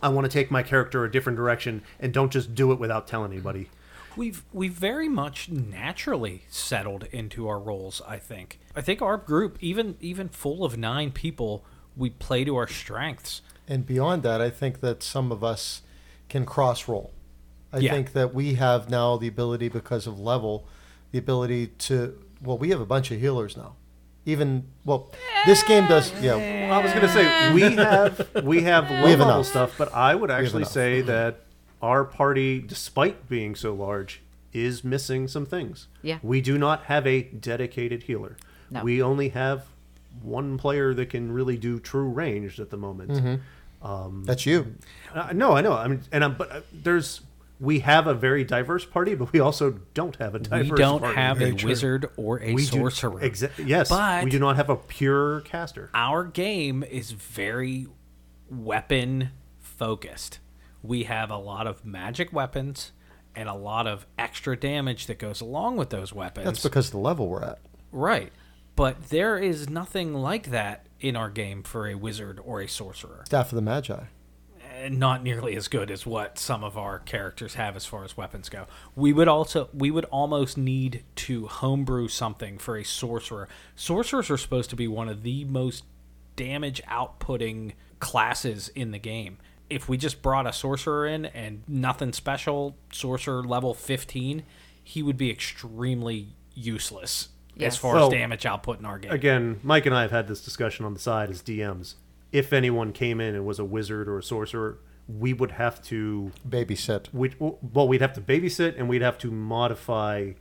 Speaker 2: I want to take my character a different direction, and don't just do it without telling anybody.
Speaker 4: We've we very much naturally settled into our roles, I think. I think our group, even even full of nine people, we play to our strengths.
Speaker 1: And beyond that, I think that some of us can cross roll. I
Speaker 4: Yeah.
Speaker 1: think that we have now the ability, because of level, the ability to. Well, we have a bunch of healers now. Even well, this game does. Yeah,
Speaker 2: Well, I was gonna say we have we have low
Speaker 1: have
Speaker 2: level
Speaker 1: enough.
Speaker 2: stuff, but I would actually
Speaker 1: enough.
Speaker 2: say that our party, despite being so large, is missing some things.
Speaker 5: Yeah.
Speaker 2: we do not have a dedicated healer.
Speaker 5: No.
Speaker 2: we only have one player that can really do true ranged at the moment.
Speaker 1: that's you.
Speaker 2: Uh, no, I know. I mean, and I'm, but uh, there's we have a very diverse party, but we also don't have a diverse.
Speaker 4: we don't
Speaker 2: party.
Speaker 4: have
Speaker 3: Very
Speaker 4: a
Speaker 3: true.
Speaker 4: wizard or a
Speaker 2: we do-
Speaker 4: sorcerer.
Speaker 2: exa- yes,
Speaker 4: But-
Speaker 2: we do not have a pure caster.
Speaker 4: our game is very weapon focused. We have a lot of magic weapons and a lot of extra damage that goes along with those weapons.
Speaker 1: That's because of the level we're at.
Speaker 4: right. But there is nothing like that in our game for a wizard or a sorcerer.
Speaker 1: Staff of the Magi.
Speaker 4: And not nearly as good as what some of our characters have as far as weapons go. We would also we would almost need to homebrew something for a sorcerer. Sorcerers are supposed to be one of the most damage outputting classes in the game. If we just brought a sorcerer in and nothing special, sorcerer level 15, he would be extremely useless
Speaker 5: Yes.
Speaker 4: as far
Speaker 2: Well,
Speaker 4: as damage output in our game.
Speaker 2: again, Mike and I have had this discussion on the side as DMs. If anyone came in and was a wizard or a sorcerer, we would have to,
Speaker 1: Babysit.
Speaker 2: we well, we'd have to babysit and we'd have to modify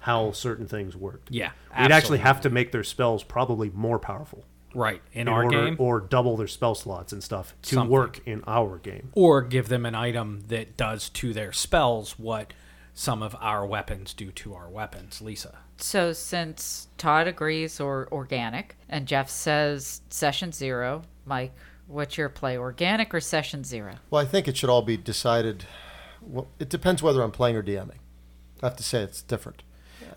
Speaker 2: how certain things worked.
Speaker 4: Yeah,
Speaker 2: we'd actually have to make their spells probably more powerful
Speaker 4: right, in,
Speaker 2: in
Speaker 4: our
Speaker 2: order,
Speaker 4: game
Speaker 2: or double their spell slots and stuff to
Speaker 4: Something.
Speaker 2: work in our game.
Speaker 4: or give them an item that does to their spells what some of our weapons do to our weapons. Lisa.
Speaker 5: So since Todd agrees or organic and Jeff says session zero, Mike, what's your play? Organic or session zero?
Speaker 1: Well, I think it should all be decided. Well, it depends whether I'm playing or DMing. I have to say it's different.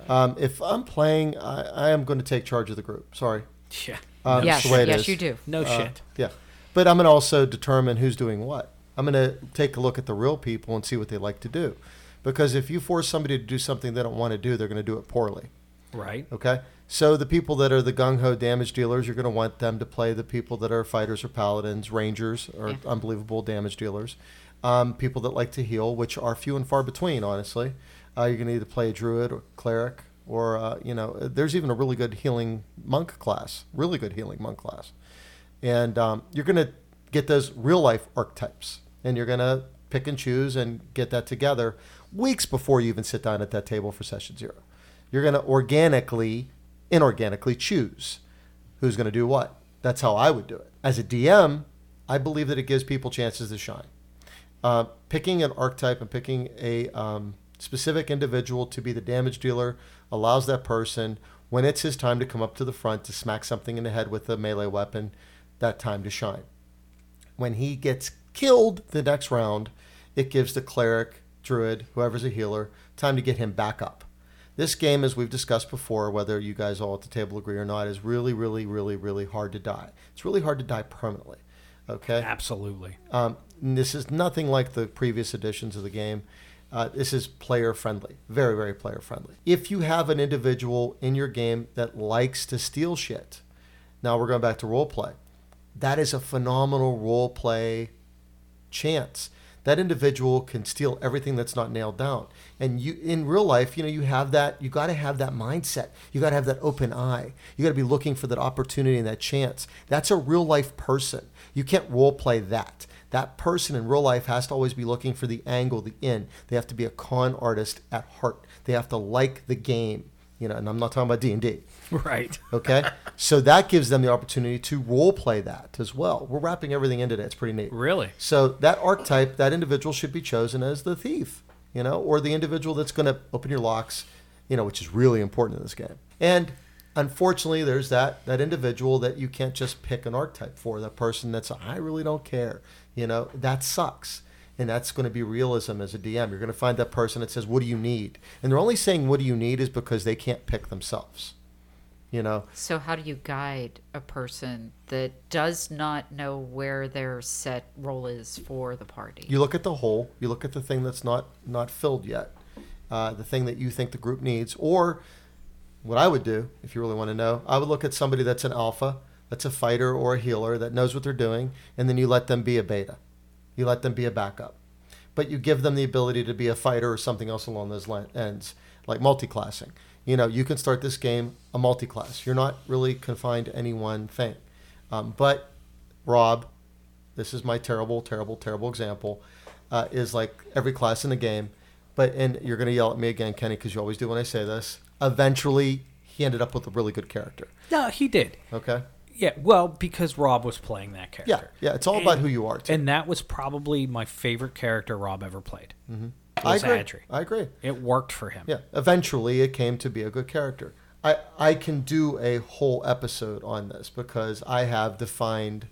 Speaker 1: Um, if I'm playing, I, I am going to take charge of the group. Sorry.
Speaker 4: Yeah.
Speaker 1: Um,
Speaker 5: yes,
Speaker 1: that's the way it
Speaker 5: yes,
Speaker 1: is.
Speaker 5: you do.
Speaker 4: Uh, no shit.
Speaker 1: Yeah. But I'm going to also determine who's doing what. I'm going to take a look at the real people and see what they like to do. Because if you force somebody to do something they don't want to do, they're going to do it poorly.
Speaker 4: Right.
Speaker 1: Okay. So the people that are the gung ho damage dealers, you're going to want them to play the people that are fighters or paladins, rangers are
Speaker 5: Yeah.
Speaker 1: unbelievable damage dealers. Um, people that like to heal, which are few and far between, honestly. Uh, you're going to either play a druid or cleric, or uh, you know, there's even a really good healing monk class, really good healing monk class, and um, you're going to get those real life archetypes, and you're going to pick and choose and get that together weeks before you even sit down at that table for session zero you're going to organically, inorganically choose who's going to do what. That's how I would do it. As a DM, I believe that it gives people chances to shine. Uh, picking an archetype and picking a um, specific individual to be the damage dealer allows that person, when it's his time to come up to the front to smack something in the head with a melee weapon, that time to shine when he gets killed the next round, it gives the cleric druid, whoever's a healer, time to get him back up. This game, as we've discussed before, whether you guys all at the table agree or not, is really, really, really, really hard to die. It's really hard to die permanently. Okay?
Speaker 4: Absolutely.
Speaker 1: Um, and this is nothing like the previous editions of the game. Uh, this is player friendly, very, very player friendly. If you have an individual in your game that likes to steal shit, now we're going back to role play. That is a phenomenal role play chance. That individual can steal everything that's not nailed down. And you in real life, you know, you have that you gotta have that mindset. You gotta have that open eye. You gotta be looking for that opportunity and that chance. That's a real life person. You can't role play that. That person in real life has to always be looking for the angle, the end. They have to be a con artist at heart. They have to like the game. You know, and I'm not talking about D and D.
Speaker 4: Right.
Speaker 1: Okay, so that gives them the opportunity to role play that as well. We're wrapping everything into that. It's pretty neat.
Speaker 4: Really?
Speaker 1: So that archetype, that individual should be chosen as the thief, you know, or the individual that's going to open your locks, you know, which is really important in this game. And unfortunately, there's that that individual that you can't just pick an archetype for. That person that's I really don't care, you know, that sucks. And that's going to be realism as a DM. You're going to find that person that says, "What do you need?" And they're only saying, "What do you need?" is because they can't pick themselves. You know,
Speaker 5: So, how do you guide a person that does not know where their set role is for the party?
Speaker 1: you look at the whole you look at the thing that's not not filled yet uh, the thing that you think the group needs or what i would do if you really want to know i would look at somebody that's an alpha that's a fighter or a healer that knows what they're doing and then you let them be a beta you let them be a backup but you give them the ability to be a fighter or something else along those line, ends like multi-classing you know you can start this game a multi-class you're not really confined to any one thing um, but rob this is my terrible, terrible, terrible example, uh, is like every class in the game. But, and you're going to yell at me again, Kenny, because you always do when I say this. Eventually, he ended up with a really good character.
Speaker 4: No, he did.
Speaker 1: Okay?
Speaker 4: Yeah, well, because Rob was playing that
Speaker 1: Yeah.
Speaker 4: character.
Speaker 1: Yeah. It's all about who you are, too.
Speaker 4: And that was probably my favorite character Rob ever played. Mm-hmm.
Speaker 1: I agree. I agree.
Speaker 4: It worked for him.
Speaker 1: Yeah. Eventually, it came to be a good character. I, I can do a whole episode on this because I have defined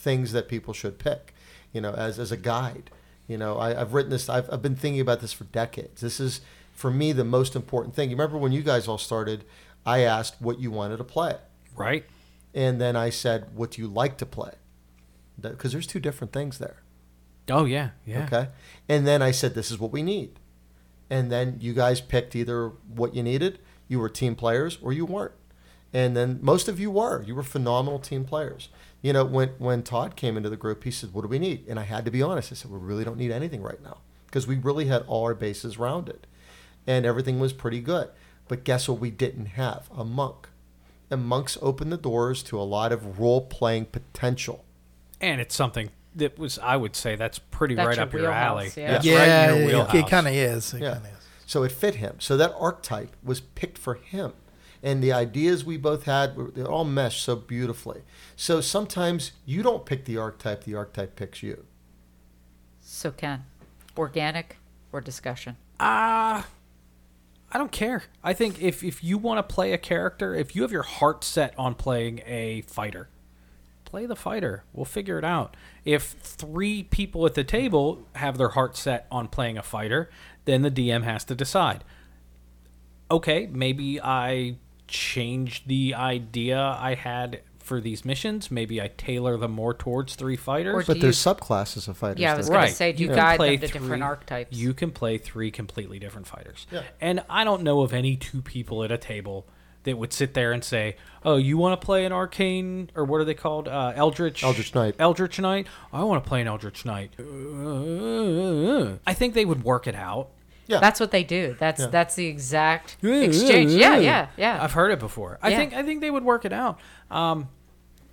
Speaker 1: things that people should pick, you know, as, as a guide. You know, I, I've written this, I've, I've been thinking about this for decades. This is, for me, the most important thing. You remember when you guys all started, I asked what you wanted to play.
Speaker 4: Right?
Speaker 1: And then I said, what do you like to play? Because there's two different things there.
Speaker 4: Oh, yeah. Yeah.
Speaker 1: Okay. And then I said, this is what we need. And then you guys picked either what you needed, you were team players, or you weren't. And then most of you were. You were phenomenal team players. You know, when, when Todd came into the group, he said, What do we need? And I had to be honest. I said, We really don't need anything right now because we really had all our bases rounded and everything was pretty good. But guess what we didn't have? A monk. And monks opened the doors to a lot of role playing potential.
Speaker 4: And it's something that was, I would say, that's pretty
Speaker 5: That's
Speaker 4: right
Speaker 5: your
Speaker 4: up your
Speaker 5: wheelhouse,
Speaker 4: alley.
Speaker 5: yeah.
Speaker 4: That's
Speaker 3: yeah,
Speaker 4: right in your
Speaker 3: it,
Speaker 4: wheelhouse.
Speaker 3: it kind of is. It kind of is.
Speaker 1: So it fit him. So that archetype was picked for him. And the ideas we both had, were- they all meshed so beautifully. So sometimes you don't pick the archetype, the archetype picks you.
Speaker 5: So, Ken, organic or discussion?
Speaker 4: Uh, I don't care. I think if, if you want to play a character, if you have your heart set on playing a fighter, play the fighter. We'll figure it out. If three people at the table have their heart set on playing a fighter, then the DM has to decide. Okay, maybe I change the idea I had for these missions. Maybe I tailor them more towards three fighters.
Speaker 5: Or
Speaker 1: But
Speaker 5: do
Speaker 1: there's
Speaker 5: you-
Speaker 1: subclasses of fighters.
Speaker 5: Yeah, I was
Speaker 1: there.
Speaker 5: gonna say, do you
Speaker 4: can
Speaker 5: guide
Speaker 4: play
Speaker 5: them to different archetypes?
Speaker 4: You can play three completely different fighters.
Speaker 1: Yeah.
Speaker 4: And I don't know of any two people at a table that would sit there and say, "Oh, you want to play an arcane or what are they called? Uh, Eldritch
Speaker 1: Eldritch Knight.
Speaker 4: Eldritch Knight. I want to play an Eldritch Knight." Uh, I think they would work it out.
Speaker 1: Yeah.
Speaker 5: That's what they do. That's
Speaker 1: Yeah.
Speaker 5: that's the exact exchange. Yeah, yeah, yeah.
Speaker 4: I've heard it before. I
Speaker 5: Yeah.
Speaker 4: think I think they would work it out. Um,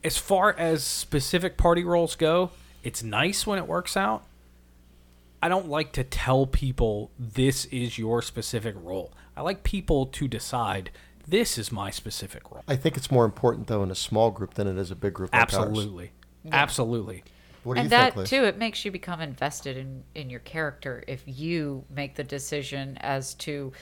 Speaker 4: as far as specific party roles go, it's nice when it works out. I don't like to tell people this is your specific role. I like people to decide this is my specific role.
Speaker 1: I think it's more important, though, in a small group than it is a big group. like ours.
Speaker 4: Absolutely. Absolutely.
Speaker 1: What do
Speaker 5: and
Speaker 1: you
Speaker 5: that
Speaker 1: think, Liz?
Speaker 5: too, it makes you become invested in in your character if you make the decision as to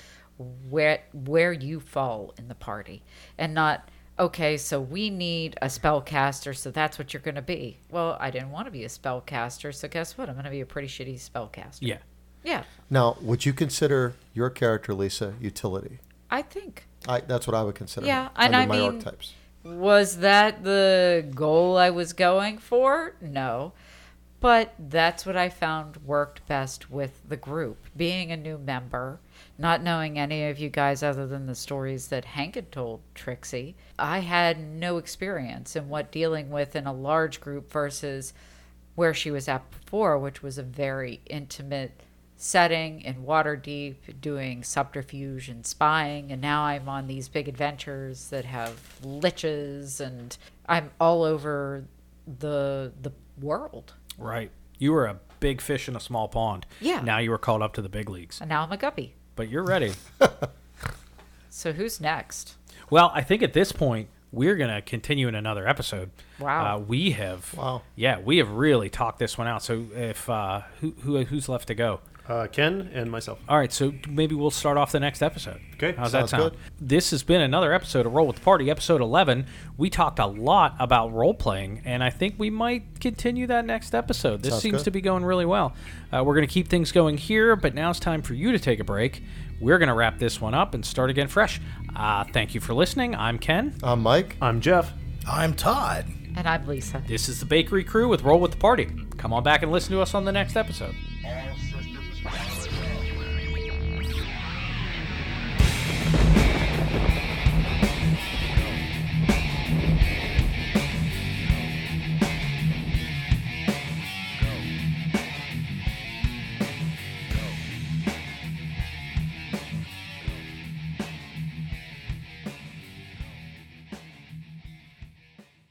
Speaker 5: where where you fall in the party, and not okay. So we need a spellcaster, so that's what you're going to be. Well, I didn't want to be a spellcaster, so guess what? I'm going to be a pretty shitty spellcaster.
Speaker 4: Yeah.
Speaker 5: Yeah,
Speaker 1: Now, would you consider your character, Lisa, utility?
Speaker 5: I think.
Speaker 1: I, that's what I would consider.
Speaker 5: Yeah,
Speaker 1: her,
Speaker 5: and
Speaker 1: under
Speaker 5: I
Speaker 1: my
Speaker 5: mean-
Speaker 1: archetypes.
Speaker 5: Was that the goal I was going for? No. But that's what I found worked best with the group. Being a new member, not knowing any of you guys other than the stories that Hank had told Trixie, I had no experience in what dealing with in a large group versus where she was at before, which was a very intimate setting in Waterdeep, doing subterfuge and spying, and now I'm on these big adventures that have liches, and I'm all over the the world.
Speaker 4: Right. You were a big fish in a small pond.
Speaker 5: Yeah.
Speaker 4: Now you were called up to the big leagues.
Speaker 5: And now I'm a guppy.
Speaker 4: But you're ready.
Speaker 5: So who's next?
Speaker 4: Well, I think at this point we're gonna continue in another episode.
Speaker 5: Wow.
Speaker 4: Uh, we have.
Speaker 1: Wow.
Speaker 4: Yeah, we have really talked this one out. So if uh, who, who who's left to go?
Speaker 2: Uh, Ken and myself.
Speaker 4: All right, so maybe we'll start off the next episode.
Speaker 2: Okay,
Speaker 4: how's that
Speaker 1: sounds
Speaker 4: sound?
Speaker 1: good.
Speaker 4: This has been another episode of Roll with the Party, episode eleven. We talked a lot about role playing, and I think we might continue that next episode. This
Speaker 1: Sounds
Speaker 4: seems
Speaker 1: good.
Speaker 4: to be going really well. Uh, we're going to keep things going here, but now it's time for you to take a break. We're going to wrap this one up and start again fresh. Uh, thank you for listening. I'm Ken.
Speaker 1: Uh, Mike,
Speaker 2: I'm Jeff.
Speaker 3: I'm Todd.
Speaker 5: And I'm Lisa.
Speaker 4: This is the Bakery Crew with Roll with the Party. Come on back and listen to us on the next episode.